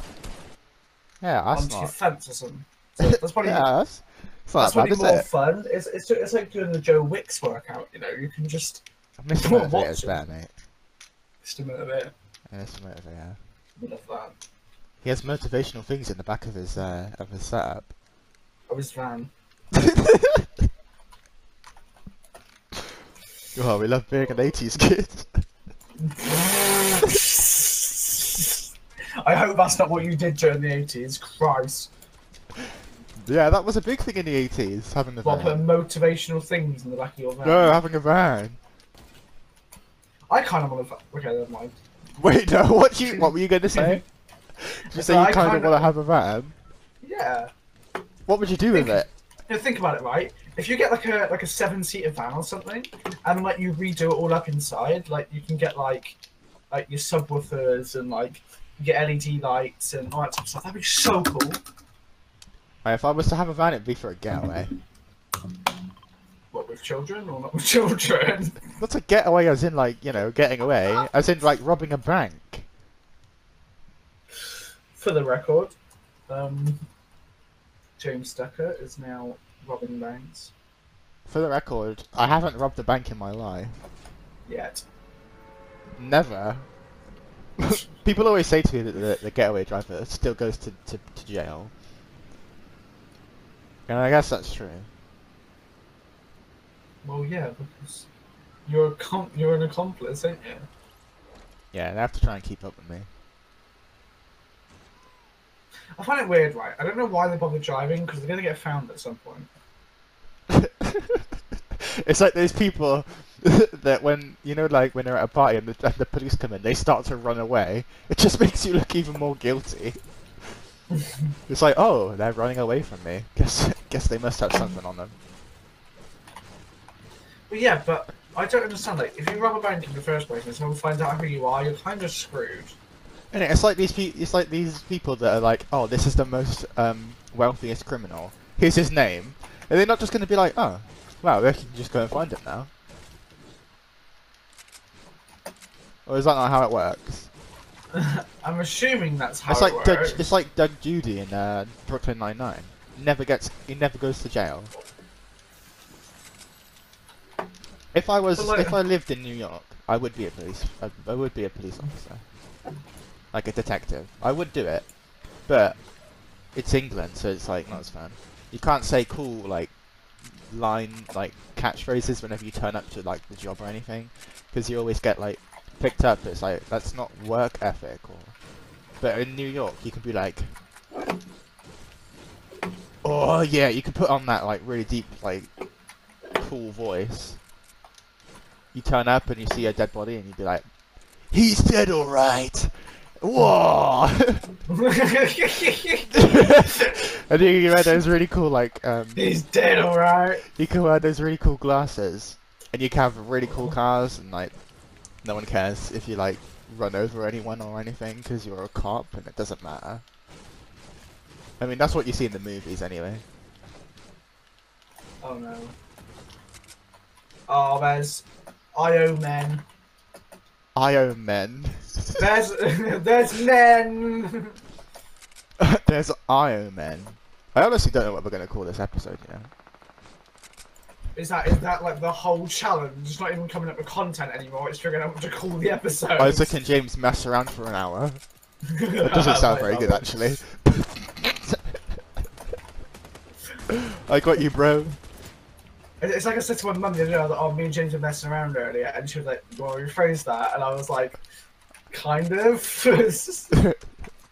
B: Yeah, that's
A: onto your
B: not.
A: fence or something. So that's probably
B: [laughs] yeah, that's, it's not
A: that's
B: that
A: probably
B: bad, is
A: more
B: it?
A: fun. It's, it's it's like doing the Joe Wicks workout, you know. You can just
B: I'm missing
A: more
B: it a bit, it's
A: watching.
B: better, mate.
A: just a minute of it.
B: I'm missing it a bit, yeah.
A: I love that.
B: He has motivational things in the back of his uh, of his setup.
A: Of his van. [laughs]
B: [laughs] Well, we love being an 80s kid. [laughs]
A: I hope that's not what you did during the 80s. Christ.
B: yeah, that was a big thing in the 80s, having a
A: Well, put
B: van.
A: motivational things in the back of your van.
B: No, having a van.
A: I kind of want to. Okay, never mind.
B: Wait, no, what you what were you going to say? Did you
A: I
B: say
A: said
B: you
A: I
B: kind of
A: kinda-
B: want to have a van?
A: [laughs] Yeah.
B: What would you do with
A: Think-
B: it?
A: No, think about it, right? If you get like a like a seven seater van or something, and like you redo it all up inside, like you can get like like your subwoofers and like your LED E lights and all that type of stuff. That'd be so cool.
B: Right, if I was to have a van, it'd be for a getaway.
A: What with children or not with [laughs] children?
B: Not a getaway as in, like, you know, getting away, as in, like, robbing a bank.
A: for the record, um, James Decker is now robbing banks
B: For the record, I haven't robbed a bank in my life.
A: yet.
B: Never. People always say to me that the, the getaway driver still goes to, to, to jail. And I guess that's true.
A: Well, yeah, because you're a com- you're an accomplice, ain't you?
B: Yeah, they have to try and keep up with me.
A: I find it weird, right? I don't know why they bother driving because they're gonna get found at some point.
B: it's like those people [laughs] that when you know, like when they're at a party and the, and the police come in, they start to run away. It just [laughs] makes you look even more guilty. it's like, oh, they're running away from me. Guess, guess they must have something on them.
A: But yeah, but I don't understand. Like, if you rob a bank in the first place and someone finds out who you are, you're kind of screwed.
B: And it's like these, pe- it's like these people that are like, oh, this is the most um, wealthiest criminal. Here's his name. Are they not just going to be like, oh, wow, we can just go and find him now? Or is that not how it works?
A: I'm assuming that's how
B: It's
A: it
B: like Doug,
A: works.
B: it's like Doug Judy in uh, Brooklyn Nine Nine. Never gets, he never goes to jail. If I was,
A: But like-
B: if I lived in New York, I would be a police, I, I would be a police officer, like a detective. I would do it, but it's England, so it's like not as fun. You can't say cool like line like catchphrases whenever you turn up to like the job or anything, because you always get like picked up. It's like that's not work ethic or but in New York, you can be like, oh yeah, you can put on that like really deep like cool voice. You turn up and you see a dead body and you'd be like, "He's dead, all right." [laughs] Whoa! I think you wear those really cool like um,
A: [laughs] He's dead, alright.
B: you can wear those really cool glasses, and you can have really cool cars, and like no one cares if you like run over anyone or anything because you're a cop, and it doesn't matter. I mean, that's what you see in the movies anyway.
A: Oh no. Oh, there's IO men.
B: I own men.
A: There's [laughs] there's men.
B: [laughs] There's I own men. I honestly don't know what we're gonna call this episode. You know,
A: Is that is that like the whole challenge? It's not even coming up with content anymore. It's figuring out what to call the episode.
B: Isaac and James mess around for an hour. That
A: [laughs]
B: doesn't sound very good, actually. [laughs] I got you, bro.
A: It's it's like I said to my mum the other day, I was like, oh, me and James were messing around earlier, and she was like, well, rephrase that, and I was like, kind of. [laughs]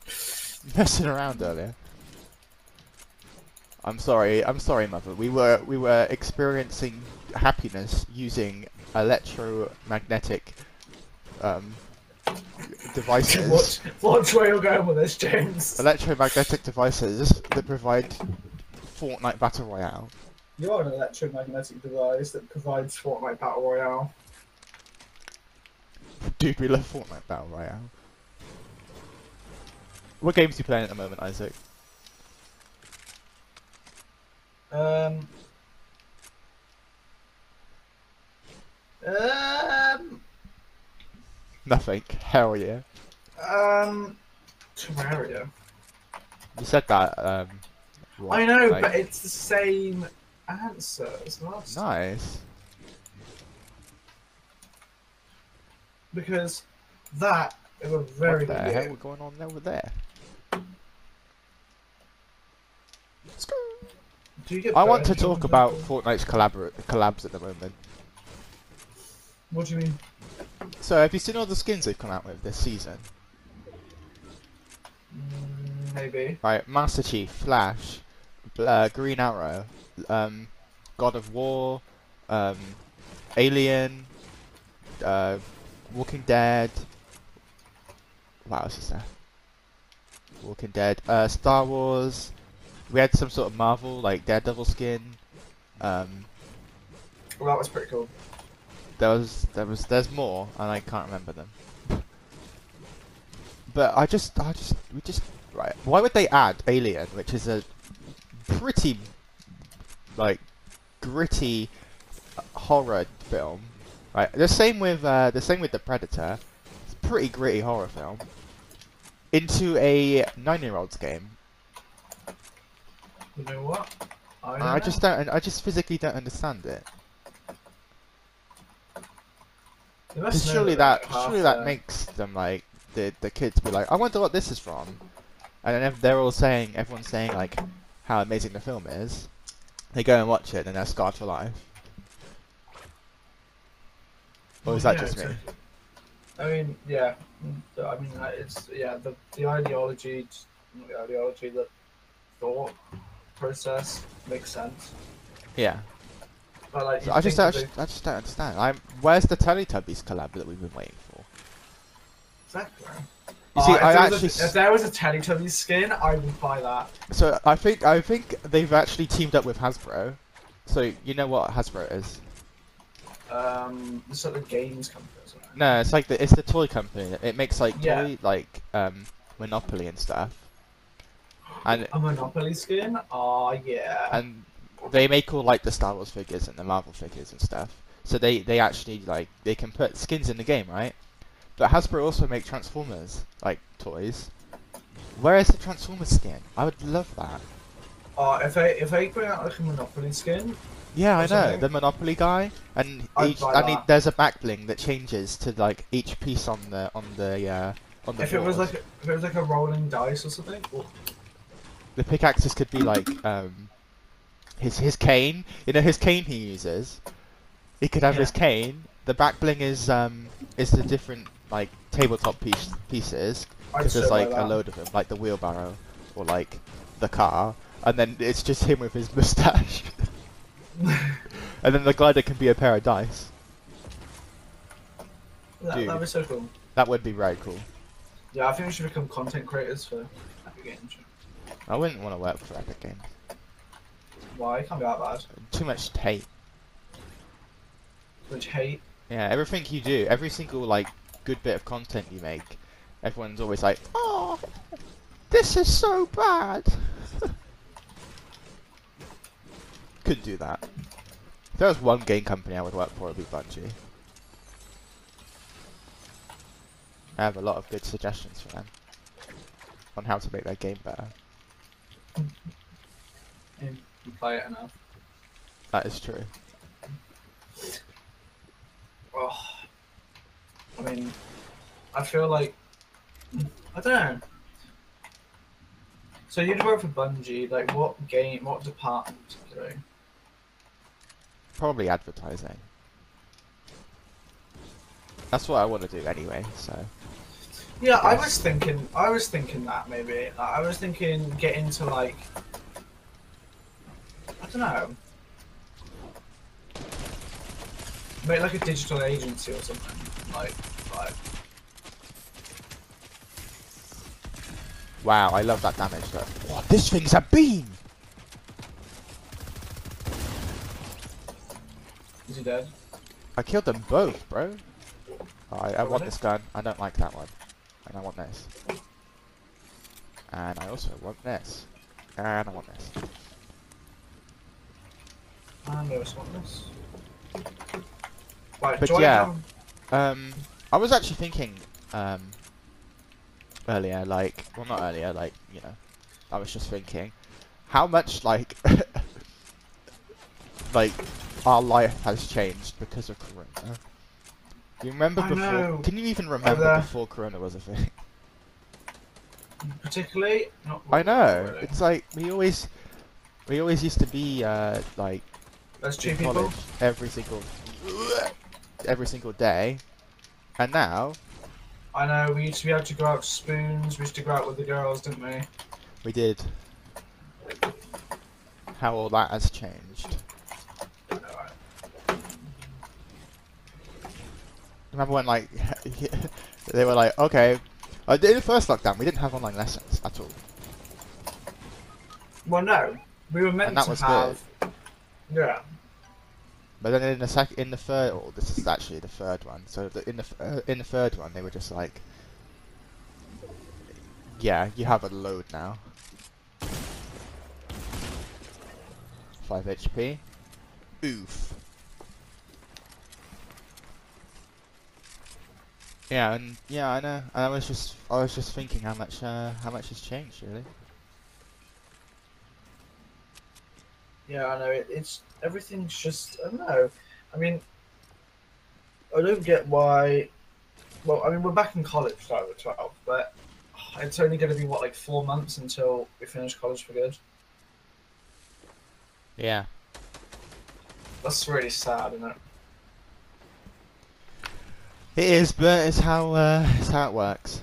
A: It's just-
B: messing around earlier. I'm sorry. I'm sorry, mother. We were we were experiencing happiness using electromagnetic um, devices.
A: [laughs] what, what way you're going with this, James?
B: Electromagnetic devices that provide Fortnite battle royale.
A: You are an electromagnetic device that provides Fortnite Battle Royale.
B: Dude, we love Fortnite battle royale. What games are you playing at the moment, Isaac?
A: Um. Um.
B: Nothing. Hell yeah.
A: Um. Terraria.
B: You said that. Um,
A: I know,
B: like-
A: but it's the same answer as last time.
B: nice.
A: Because that is a very
B: what the
A: good
B: hell
A: game.
B: going on over there?
A: Do you get
B: I want to
A: burned
B: talk
A: from
B: about
A: that?
B: Fortnite's collabor- collabs at the moment.
A: What do you mean?
B: So, have you seen all the skins they've come out with this season?
A: Mm, Maybe.
B: Right, Master Chief, Flash, Bl- uh, Green Arrow, um, God of War, um, Alien, uh, Walking Dead. What else is there? Walking Dead, uh, Star Wars. We had some sort of Marvel like Daredevil skin. Um,
A: Well, that was pretty cool.
B: There was, there was, there's more, and I can't remember them. But I just, I just, we just, right. Why would they add Alien, which is a pretty, like, gritty horror film, right? The same with, uh, the same with The Predator. It's a pretty gritty horror film. Into a nine-year-old's game.
A: You know what? I,
B: And
A: don't
B: I
A: know.
B: just don't, I just physically don't understand it.
A: They
B: But
A: must know uh,
B: surely
A: they're
B: that
A: half
B: surely that
A: there.
B: makes them like the the kids be like, I wonder what this is from, and then if they're all saying everyone's saying like how amazing the film is, they go and watch it and they're scarred for life. Or is
A: Oh,
B: that
A: Yeah,
B: just me?
A: exactly. I mean, yeah. Mm, so, I mean, uh, it's yeah. The the ideology, not the ideology, the thought process makes sense.
B: Yeah.
A: But like,
B: So
A: you
B: I just
A: think
B: I
A: that they-
B: just, I just don't understand. I'm where's the Teletubbies collab that we've been waiting for?
A: exactly. Uh,
B: You see,
A: if,
B: I
A: there
B: actually
A: was a, if
B: s-
A: there was a Teletubbies skin, I would buy that.
B: so I think I think they've actually teamed up with Hasbro. So you know what Hasbro is?
A: Um, it's like the games company. or something.
B: No, it's like the, it's the toy company. It makes like
A: Yeah.
B: toy like um Monopoly and
A: [gasps]
B: stuff. And
A: A Monopoly skin? Oh yeah.
B: and they make all like the Star Wars figures and the Marvel figures and stuff. So they they actually like they can put skins in the game, right? But Hasbro also make Transformers like toys. Where is the Transformers skin? I would love that.
A: Oh, if they if they bring out like a Monopoly skin,
B: Yeah, I
A: Or
B: know
A: something.
B: the Monopoly guy, and
A: I'd
B: each
A: buy
B: and he,
A: that.
B: there's a back bling that changes to like each piece on the on the uh, on the.
A: if it was
B: board.
A: like if it was like a rolling dice or something, oh,
B: the pickaxes could be like um, his his cane. You know his cane he uses. He could have his
A: Yeah.
B: cane. The back bling is um is the different like tabletop piece pieces
A: I'd
B: because
A: so
B: there's like
A: buy
B: a
A: that.
B: load of them, like the wheelbarrow or [laughs] like the car, and then it's just him with his mustache. And then the glider can be a pair of dice.
A: [laughs] That,
B: Dude.
A: that'd be so cool.
B: That would be right cool.
A: Yeah, I think we should become content creators for Epic Games.
B: I wouldn't want to work for Epic Games.
A: Why? It can't be that bad.
B: Too much tape.
A: Which hate.
B: Yeah, everything you do, every single like good bit of content you make, everyone's always like, "Oh, this is so bad." [laughs] Could do that. If there was one game company I would work for, it'd be Bungie. I have a lot of good suggestions for them on how to make their game better.
A: You play it enough.
B: That is true.
A: Oh, I mean, I feel like I don't know. So you'd work for Bungie. Like, what game? What department? Sorry.
B: Probably advertising. That's what I want to do anyway. So
A: Yeah, I
B: Yes.
A: was thinking. I was thinking that maybe. Like, I was thinking get into like. I don't know. Make like a digital agency or something. Like, like
B: wow, I love that damage. Look. Wow, this thing's a beam.
A: is he dead?
B: I killed them both, bro. I, I want
A: Really?
B: this gun. I don't like that one. And I want this. And I also want this. And I want this.
A: And I just want this. Right,
B: But
A: join
B: yeah.
A: them.
B: Um, I was actually thinking um, earlier, like, well, not earlier, like, you know, I was just thinking how much, like, [laughs] like, our life has changed because of Corona. You remember
A: I
B: before?
A: know.
B: Can you even
A: there.
B: remember before Corona was
A: [laughs]
B: a thing?
A: particularly. Not
B: I know.
A: really.
B: It's like we always, we always used to be uh, like
A: There's two
B: in
A: people.
B: college every single, every single day, and now
A: I know. We used to be able to go out with spoons. We used to go out with the girls, didn't we?
B: we did. How all that has changed.
A: Alright.
B: Remember when like [laughs] they were like, okay, uh, in the first lockdown we didn't have online lessons at all.
A: Well, no. We were meant
B: And that
A: to
B: was
A: have. Yeah.
B: But then in the sec, in the third, oh, this is actually the third one. So the, in the f- uh, in the third one, they were just like, yeah, you have a load now. Five HP. Oof. Yeah, and yeah, I know. And I was just, I was just thinking how much, uh, how much has changed, really.
A: Yeah, I know. It, it's everything's just. I don't know. I mean, I don't get why. Well, I mean, we're back in college, so we're twelve, but it's only going to be what like four months until we finish college for good.
B: Yeah.
A: That's really sad, isn't it?
B: It is, but it's how, uh, it's how it works.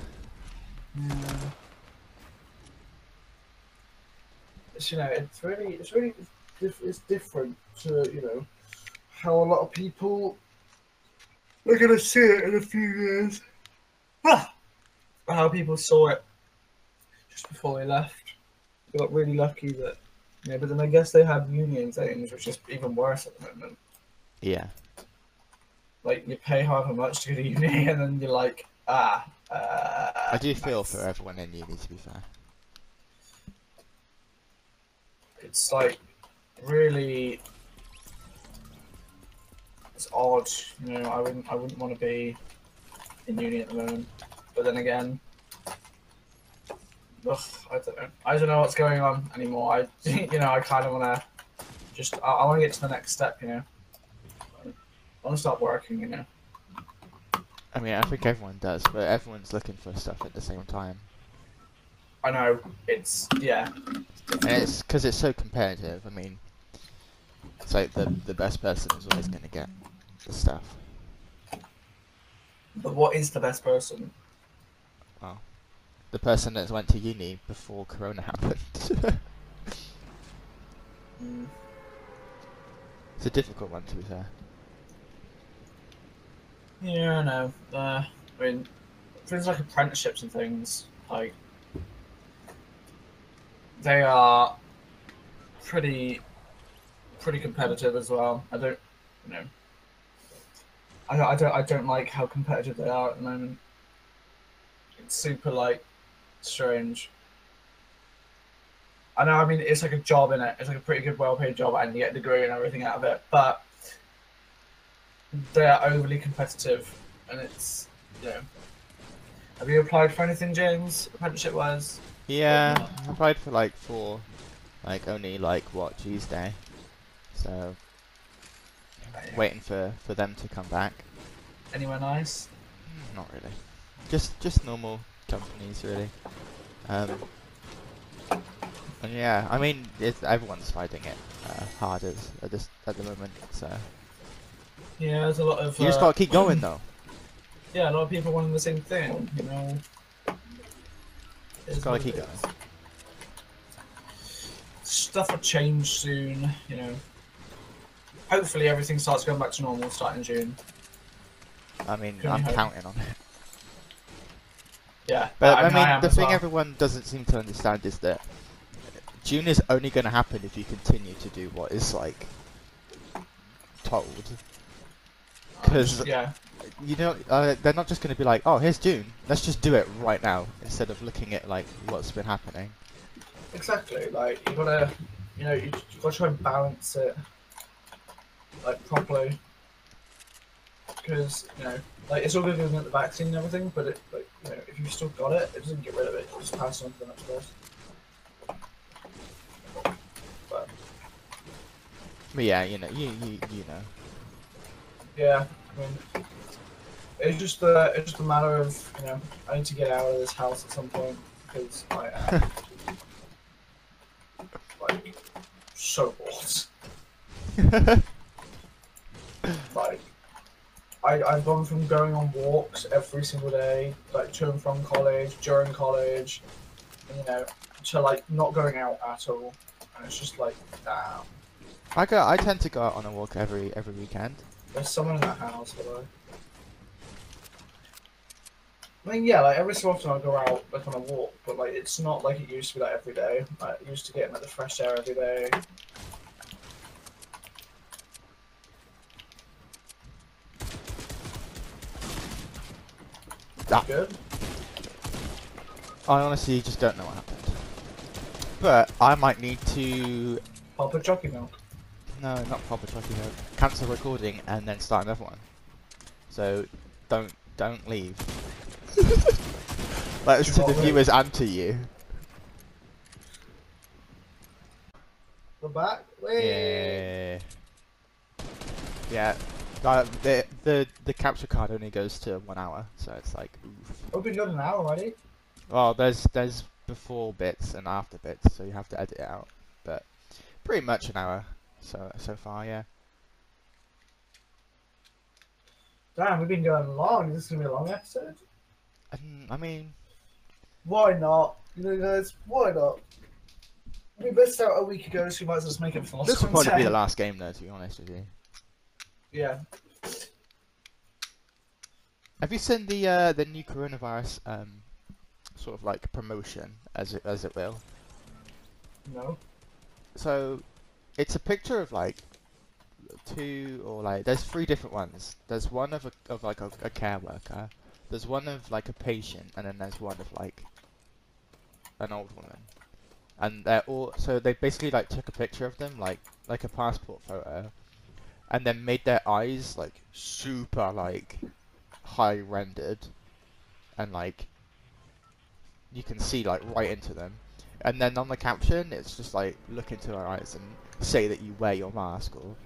A: It's, you know, it's really, it's really, dif- it's different to you know how a lot of people are gonna see it in a few years. Ah! How people saw it just before they left. They got really lucky that, you know, but then I guess they have union things, which is even worse at the moment.
B: Yeah.
A: Like you pay however much to [laughs] go to uni, and then you're like, ah. Uh,
B: I do feel
A: thanks.
B: for everyone in uni, to be fair.
A: it's like really it's odd you know i wouldn't i wouldn't want to be in uni at the moment but then again ugh, i don't know i don't know what's going on anymore i [laughs] you know i kind of want to just i, I want to get to the next step you know i want to start working you know
B: I mean, I think everyone does, but everyone's looking for stuff at the same time.
A: i know it's yeah
B: And it's because it's so competitive. I mean, it's like the, the best person is always going to get the stuff.
A: but what is the best person
B: The person that's went to uni before [laughs]
A: Hmm.
B: Corona happened.
A: Mm,
B: so a difficult one, to be fair.
A: Yeah, I know. Uh, I mean, things like apprenticeships and things, like, they are pretty, pretty competitive as well. I don't, you know, I, I don't, I don't like how competitive they are at the moment. It's super like strange. I know. I mean, it's like a job in it. It's like a pretty good, well-paid job, and you get a degree and everything out of it. But they are overly competitive, and it's you know. Have you applied for anything, James? Apprenticeship wise?
B: Yeah, I applied for like four, like only like what Tuesday, so waiting for for them to come back.
A: Anywhere nice?
B: Not really, just just normal companies really. Um, and yeah, I mean it's, everyone's fighting it uh, hard as, at this at the moment, so
A: Yeah, there's a lot of.
B: you just
A: uh,
B: gotta keep going though.
A: Yeah, a lot of people wanting the same thing, you know.
B: Just
A: It's
B: gotta
A: what
B: keep
A: it
B: going.
A: is. Stuff will change soon, you know. Hopefully, everything starts going back to normal starting June.
B: I mean,
A: Can we
B: I'm
A: hope?
B: counting on it.
A: Yeah,
B: But I
A: mean,
B: mean,
A: am
B: the
A: as
B: thing
A: well.
B: everyone doesn't seem to understand is that June is only going to happen if you continue to do what is like told. Because
A: yeah,
B: you know uh, they're not just going to be like, "Oh, here's June. Let's just do it right now," instead of looking at like what's been happening.
A: Exactly. Like you gotta, you know, you, you gotta try and balance it like properly. Because you know, like it's all good with the vaccine and everything, but it, like, you know, if you've still got it, it doesn't get rid of it. It just pass on to the next person. But
B: But yeah, you know, you you you know.
A: yeah, I mean, it's just a, it's just a matter of you know, I need to get out of this house at some point because I am [laughs] like so bored. Like, I, I've gone from going on walks every single day, like to and from college, during college, you know, to like not going out at all. And it's just like, damn,
B: I go. I tend to go out on a walk every every weekend.
A: there's someone in that house, hello. I mean, yeah, like every so often I'll go out like on a walk, but like it's not like it used to be like every day. Like, I used to get like the fresh air every day.
B: Ah.
A: Good.
B: I honestly just don't know what happened. But I might need to
A: Pop a jockey milk.
B: No, not proper talking mode. Cancel recording and then start another one. So don't don't leave. That's to the
A: Chipotle.
B: viewers and to you.
A: We're back. Whey!
B: Yeah. Yeah. Uh, the the the capture card only goes to one hour, so it's like oof.
A: We've been going an hour already.
B: Well, there's there's before bits and after bits, so you have to edit it out. But pretty much an hour so so far, yeah.
A: Damn, we've been going long. This is gonna be a long episode.
B: And, I mean,
A: Why not? You know, guys, why not? We missed out a week ago, so we might as well just make it for
B: this will probably
A: [laughs]
B: be the last game though, to be honest with you.
A: Yeah.
B: Have you seen the uh, the new coronavirus um, sort of like promotion as it as it will?
A: No.
B: So it's a picture of like two or like there's three different ones. There's one of a of like a, a care worker. There's one of like a patient, and then there's one of like an old woman. And they're all so they basically like took a picture of them like like a passport photo, and then made their eyes like super like high rendered, and like you can see like right into them. And then on the caption, it's just like look into our eyes and say that you wear your mask, or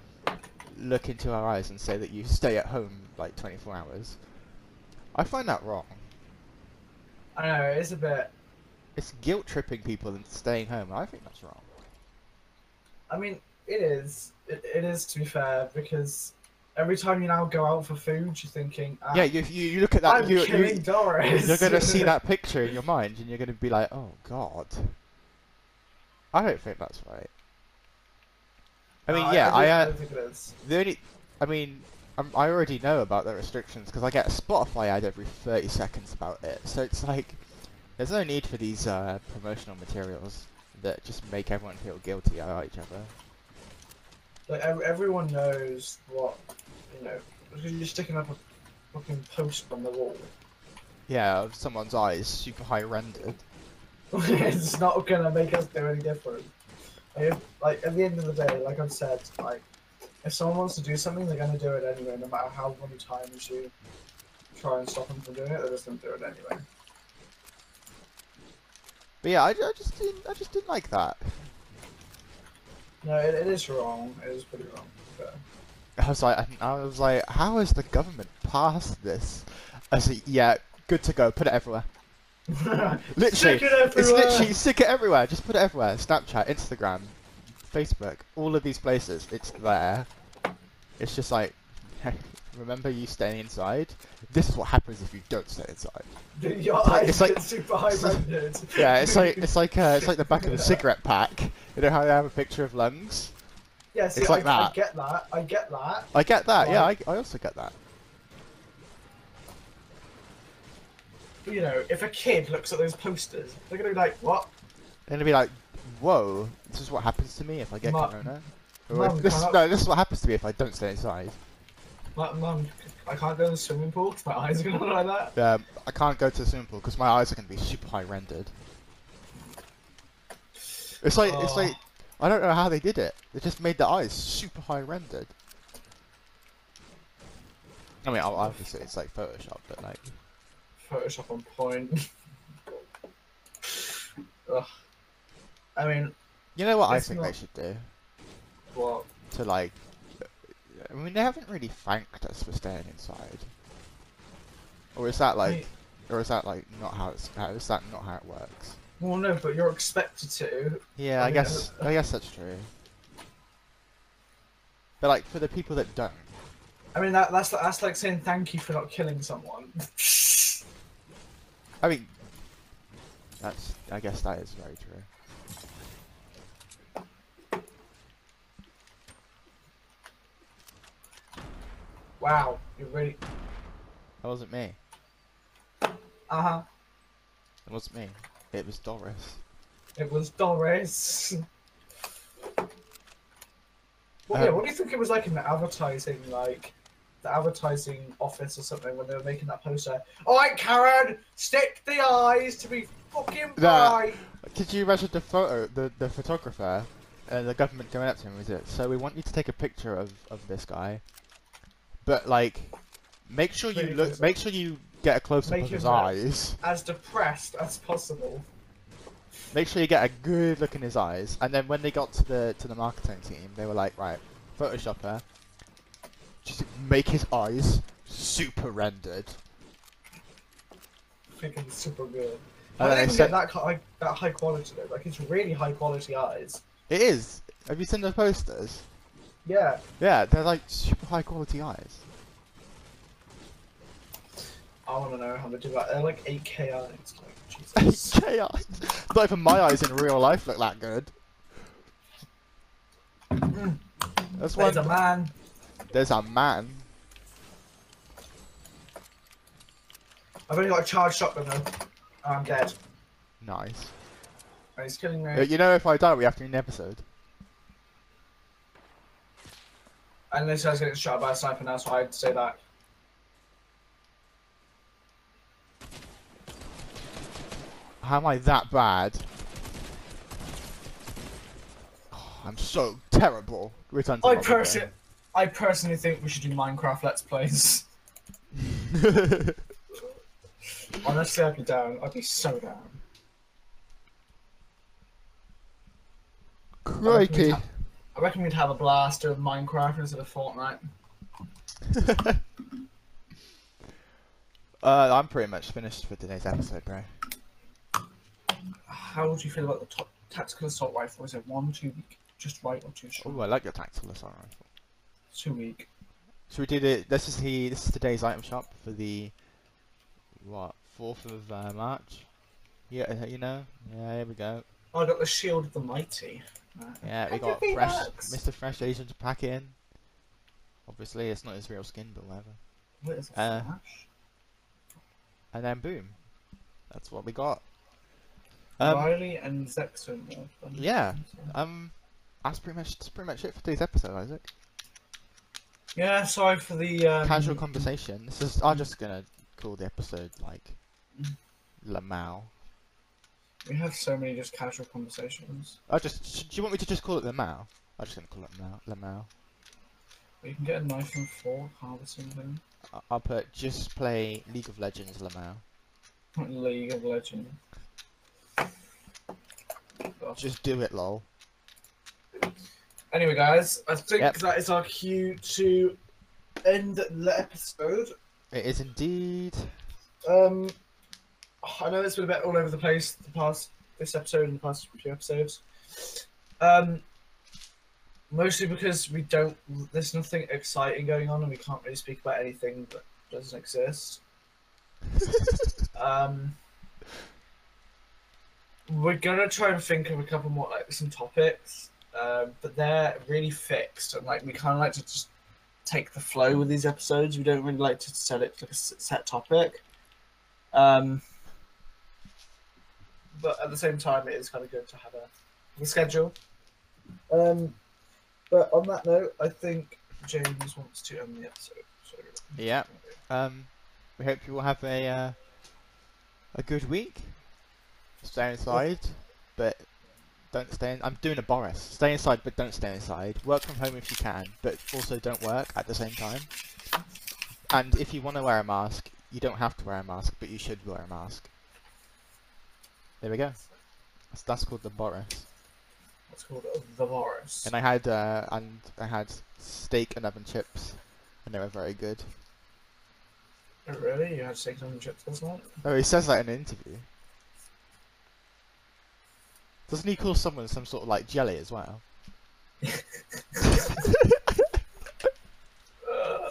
B: look into our eyes and say that you stay at home like 24 hours. I find that wrong.
A: I know, it is a bit.
B: It's guilt tripping people into staying home. I think that's wrong.
A: I mean, it is. It, it is, to be fair, because every time you now go out for food, you're thinking, ah,
B: yeah, you, if you you look at that,
A: I'm
B: you,
A: killing
B: you
A: Doris.
B: you're
A: [laughs]
B: gonna see that picture in your mind, and you're gonna be like, oh god. I don't think that's right.
A: [laughs]
B: I mean,
A: Uh,
B: yeah, I,
A: do-
B: uh,
A: don't think it is.
B: the only, I mean, i I already know about the restrictions because I get a Spotify ad every 30 seconds about it. So it's like, there's no need for these uh, promotional materials that just make everyone feel guilty about each other.
A: Like ev- everyone knows what you know. Because you're sticking up a fucking post on the wall.
B: Yeah, of someone's eyes super high rendered.
A: [laughs] it's not gonna make us do any different. Like, if- like, at the end of the day, like I've said, like if someone wants to do something, they're gonna do it anyway, no matter how many times you try and stop them from doing it. They're just gonna do it anyway.
B: But yeah, I, I just didn't, I just didn't like that.
A: No, it, it is wrong. It is pretty wrong. But
B: I was like, I was like, how has the government passed this? I was like, yeah, good to go. Put it everywhere. [laughs] Literally,
A: Stick it everywhere!
B: It's literally stick it everywhere. Just put it everywhere. Snapchat, Instagram, Facebook, all of these places. It's there. It's just like, [laughs] remember you staying inside. This is what happens if you don't stay inside.
A: Dude, [laughs] your
B: It's
A: eyes
B: like- it's like-
A: get super high rendered.
B: Yeah, it's like it's like uh, it's like the back of the cigarette pack. You know how they have a picture of lungs.
A: yeah, see,
B: it's like
A: I,
B: that.
A: I get that. I get that.
B: I get that. Yeah, I, I also get that.
A: But, you know, if a kid looks at those posters, they're gonna be like, "What?
B: They're gonna be like, whoa, this is what happens to me if I get
A: Mum.
B: corona. Or
A: Mum,
B: this,
A: can I-
B: no, this is what happens to me if I don't stay inside.
A: My mum, I can't go in the swimming pool 'cause my eyes are gonna look like that."
B: Um, I can't go to the swimming pool because my eyes are going to be super high rendered. It's like it's
A: Oh.
B: like I don't know how they did it. They just made their eyes super high rendered. I mean, ob- obviously it's like Photoshop, but like
A: Photoshop on point. Ugh. I mean,
B: you know what
A: It's
B: I think they
A: not-
B: should do
A: what?
B: to like. I mean, they haven't really thanked us for staying inside. Or is that like,
A: Mate.
B: or is that like not how it's? How, is that not how it works?
A: Well, no, but you're expected to. I
B: Yeah, I
A: mean, uh,
B: guess I guess that's true. But like for the people that don't,
A: I mean, that, that's that's like saying thank you for not killing someone. [laughs]
B: I mean, that's I guess that is very true.
A: wow, you're really.
B: That wasn't me.
A: Uh huh.
B: That wasn't me. It was Doris.
A: It was Doris. [laughs] Well, yeah,
B: Um,
A: what do you think it was like in the advertising, like the advertising office or something, when they were making that poster? All right, Karen, stick the eyes to be fucking
B: That-
A: bright.
B: Could you imagine the photo, the the photographer, and the government going up to him? Is it? So we want you to take a picture of of this guy, but like, make sure you
A: Make it
B: look,
A: close-up.
B: make sure you get a close up
A: Make
B: of
A: him
B: his
A: look.
B: eyes.
A: as depressed as possible.
B: Make sure you get a good look in his eyes. And then when they got to the to the marketing team, they were like, right, Photoshopper, just make his eyes super rendered.
A: Freaking super good.
B: And
A: I didn't
B: then they
A: even
B: sent,
A: get that high, that high quality though. Like it's really high quality eyes.
B: it is. Have you seen the posters?
A: Yeah.
B: Yeah, they're like super high quality eyes. [laughs]
A: I want to know how they do that. They're like 8K eyes.
B: [laughs]
A: Like Jesus.
B: Chaos. Not even my eyes in real life look that good. That's one.
A: There's a man.
B: There's a man.
A: I've only got a charged shotgun though. And I'm dead.
B: Nice.
A: And he's killing me.
B: Uh, You know, if I die, we have to end the episode.
A: Unless I was getting shot by a sniper now, so I'd say that.
B: How am I that bad? Oh, I'm so terrible. Return to
A: I
B: multiplayer.
A: personally, I personally think we should do Minecraft Let's Plays. [laughs] Honestly, I'd be down. I'd be so down.
B: [laughs] Crikey. [laughs]
A: I reckon we'd have a blast doing Minecraft instead of Fortnite.
B: uh, I'm pretty much finished for today's episode, bro.
A: How do you feel about the top tactical assault rifle? Is it one, two weak, just right, or too strong?
B: Oh, I like your tactical assault rifle.
A: Too weak.
B: Should we do the? This is the. This is today's item shop for the. What? Fourth of uh, March. uh, Yeah, you know. Yeah, here we go.
A: Oh, I got the Shield of the Mighty.
B: Yeah, we
A: How
B: got
A: do they
B: fresh
A: work?
B: Mr. Fresh Asian to pack it in. Obviously, it's not his real skin, but whatever.
A: What is a
B: Uh,
A: flash?
B: And then boom, that's what we got. Um,
A: Riley and Zexon. were fun.
B: yeah. um, that's pretty much that's pretty much it for today's episode, Isaac.
A: Yeah, sorry for the um,
B: Casual conversation. This is I'm just gonna call the episode like Lamau.
A: We have so many just casual conversations.
B: I just sh- do you want me to just call it Lamau? I'm just gonna call it Lamau. Lamau.
A: We can get a knife and fork harvesting thing.
B: I- I'll put just play League of Legends Lamau.
A: League of Legends. Gosh.
B: Just do it, lol.
A: Anyway, guys, I think
B: Yep.
A: that is our cue to end the episode.
B: It is indeed. [laughs]
A: Um, I know it's been a bit all over the place the past this episode and the past few episodes. Um, mostly because we don't. There's nothing exciting going on, and we can't really speak about anything that doesn't exist. um, we're gonna try and think of a couple more like some topics, um, but they're really fixed, and like we kind of like to just take the flow with these episodes. We don't really like to set it to like a s- set topic. Um, but at the same time, it is kind of good to have a, a schedule. Um, but on that note, I think James wants to end the episode. So
B: Yeah. Um, we hope you all have a uh, a good week. Stay inside, but don't stay. In- I'm doing a Boris. Stay inside, but don't stay inside. Work from home if you can, but also don't work at the same time. And if you want to wear a mask, you don't have to wear a mask, but you should wear a mask. There we go. That's, that's called the Boris.
A: It's called The Morris.
B: And I had uh, and I had steak and oven chips, and they were very good.
A: Oh, really? You had steak and onion chips last night?
B: Oh, he says that in an interview. Doesn't he call someone some sort of like jelly
A: [laughs]
B: as well?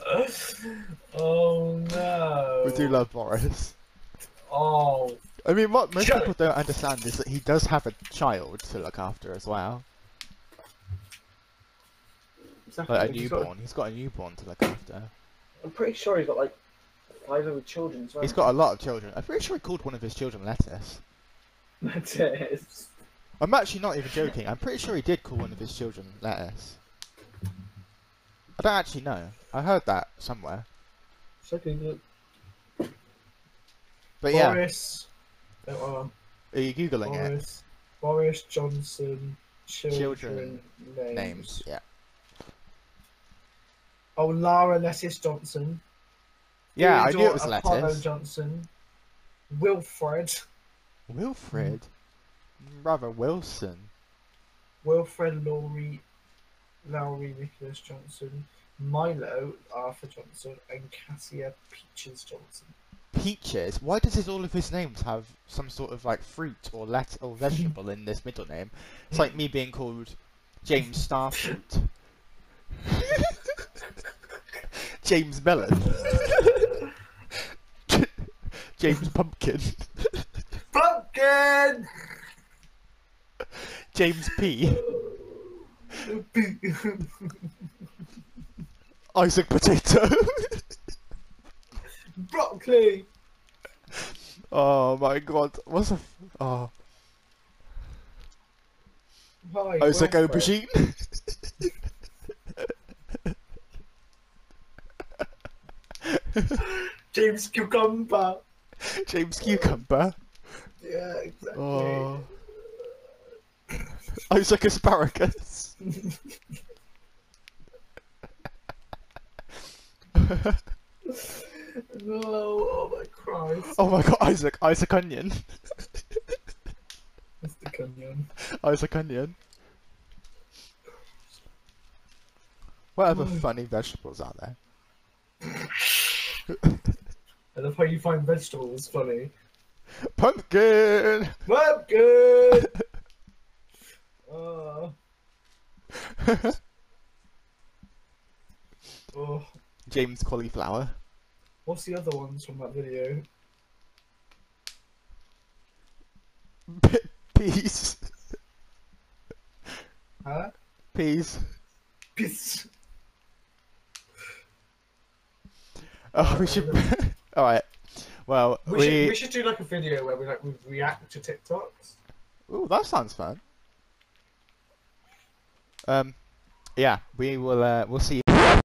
A: Uh, oh no.
B: We do love Boris.
A: Oh,
B: I mean, what most
A: Jelly.
B: people don't understand is that he does have a child to look after as well,
A: exactly.
B: like a
A: He's got-
B: newborn. He's got a newborn to look after.
A: I'm pretty sure he's got like five other children as well.
B: He's got a lot of children. I'm pretty sure he called one of his children lettuce.
A: [laughs] That's it.
B: I'm actually not even joking. I'm pretty sure he did call one of his children lettuce. I don't actually know. I heard that somewhere.
A: So Google it.
B: But yeah,
A: Boris. Oh, hold on.
B: are you googling it?
A: Boris. Boris Johnson. Children,
B: Children
A: names.
B: Names. Yeah.
A: Oh, Lara Lettuce Johnson.
B: Yeah, I knew
A: Theodore
B: it was
A: Apollo
B: lettuce.
A: Johnson. Wilfred.
B: Wilfred? Rather Wilson.
A: Wilfred Laurie, Lowry Nicholas Johnson, Milo Arthur Johnson, and Cassia Peaches Johnson.
B: Peaches. Why does his, all of his names have some sort of like fruit or let or vegetable in this middle name? It's like me being called James Starfruit. [laughs] James Melon. [laughs] James Pumpkin. [laughs]
A: Pumpkin!
B: James P. Isaac Potato. [laughs]
A: Broccoli!
B: oh my god. What's the. F- oh.
A: Hi,
B: Isaac
A: Wilfred.
B: Aubergine.
A: James Cucumber!
B: [laughs] James Cucumber.
A: Yeah, exactly.
B: Oh. Isaac Asparagus.
A: No, oh my Christ.
B: Oh my god, Isaac. Isaac Onion.
A: Mr. Cunyon.
B: Isaac Onion. Whatever
A: Oh.
B: funny vegetables are there.
A: I love how you find vegetables funny.
B: Pumpkin!
A: Pumpkin! oh. oh.
B: James Cauliflower.
A: What's the other ones from that video? [laughs]
B: Peas. Peace.
A: Peace.
B: Oh, we should. [laughs] All right. Well,
A: We,
B: we.
A: Should, we should do like a video where we like we react to TikToks.
B: Ooh, that sounds fun. Um, yeah, we will. Uh, we'll see.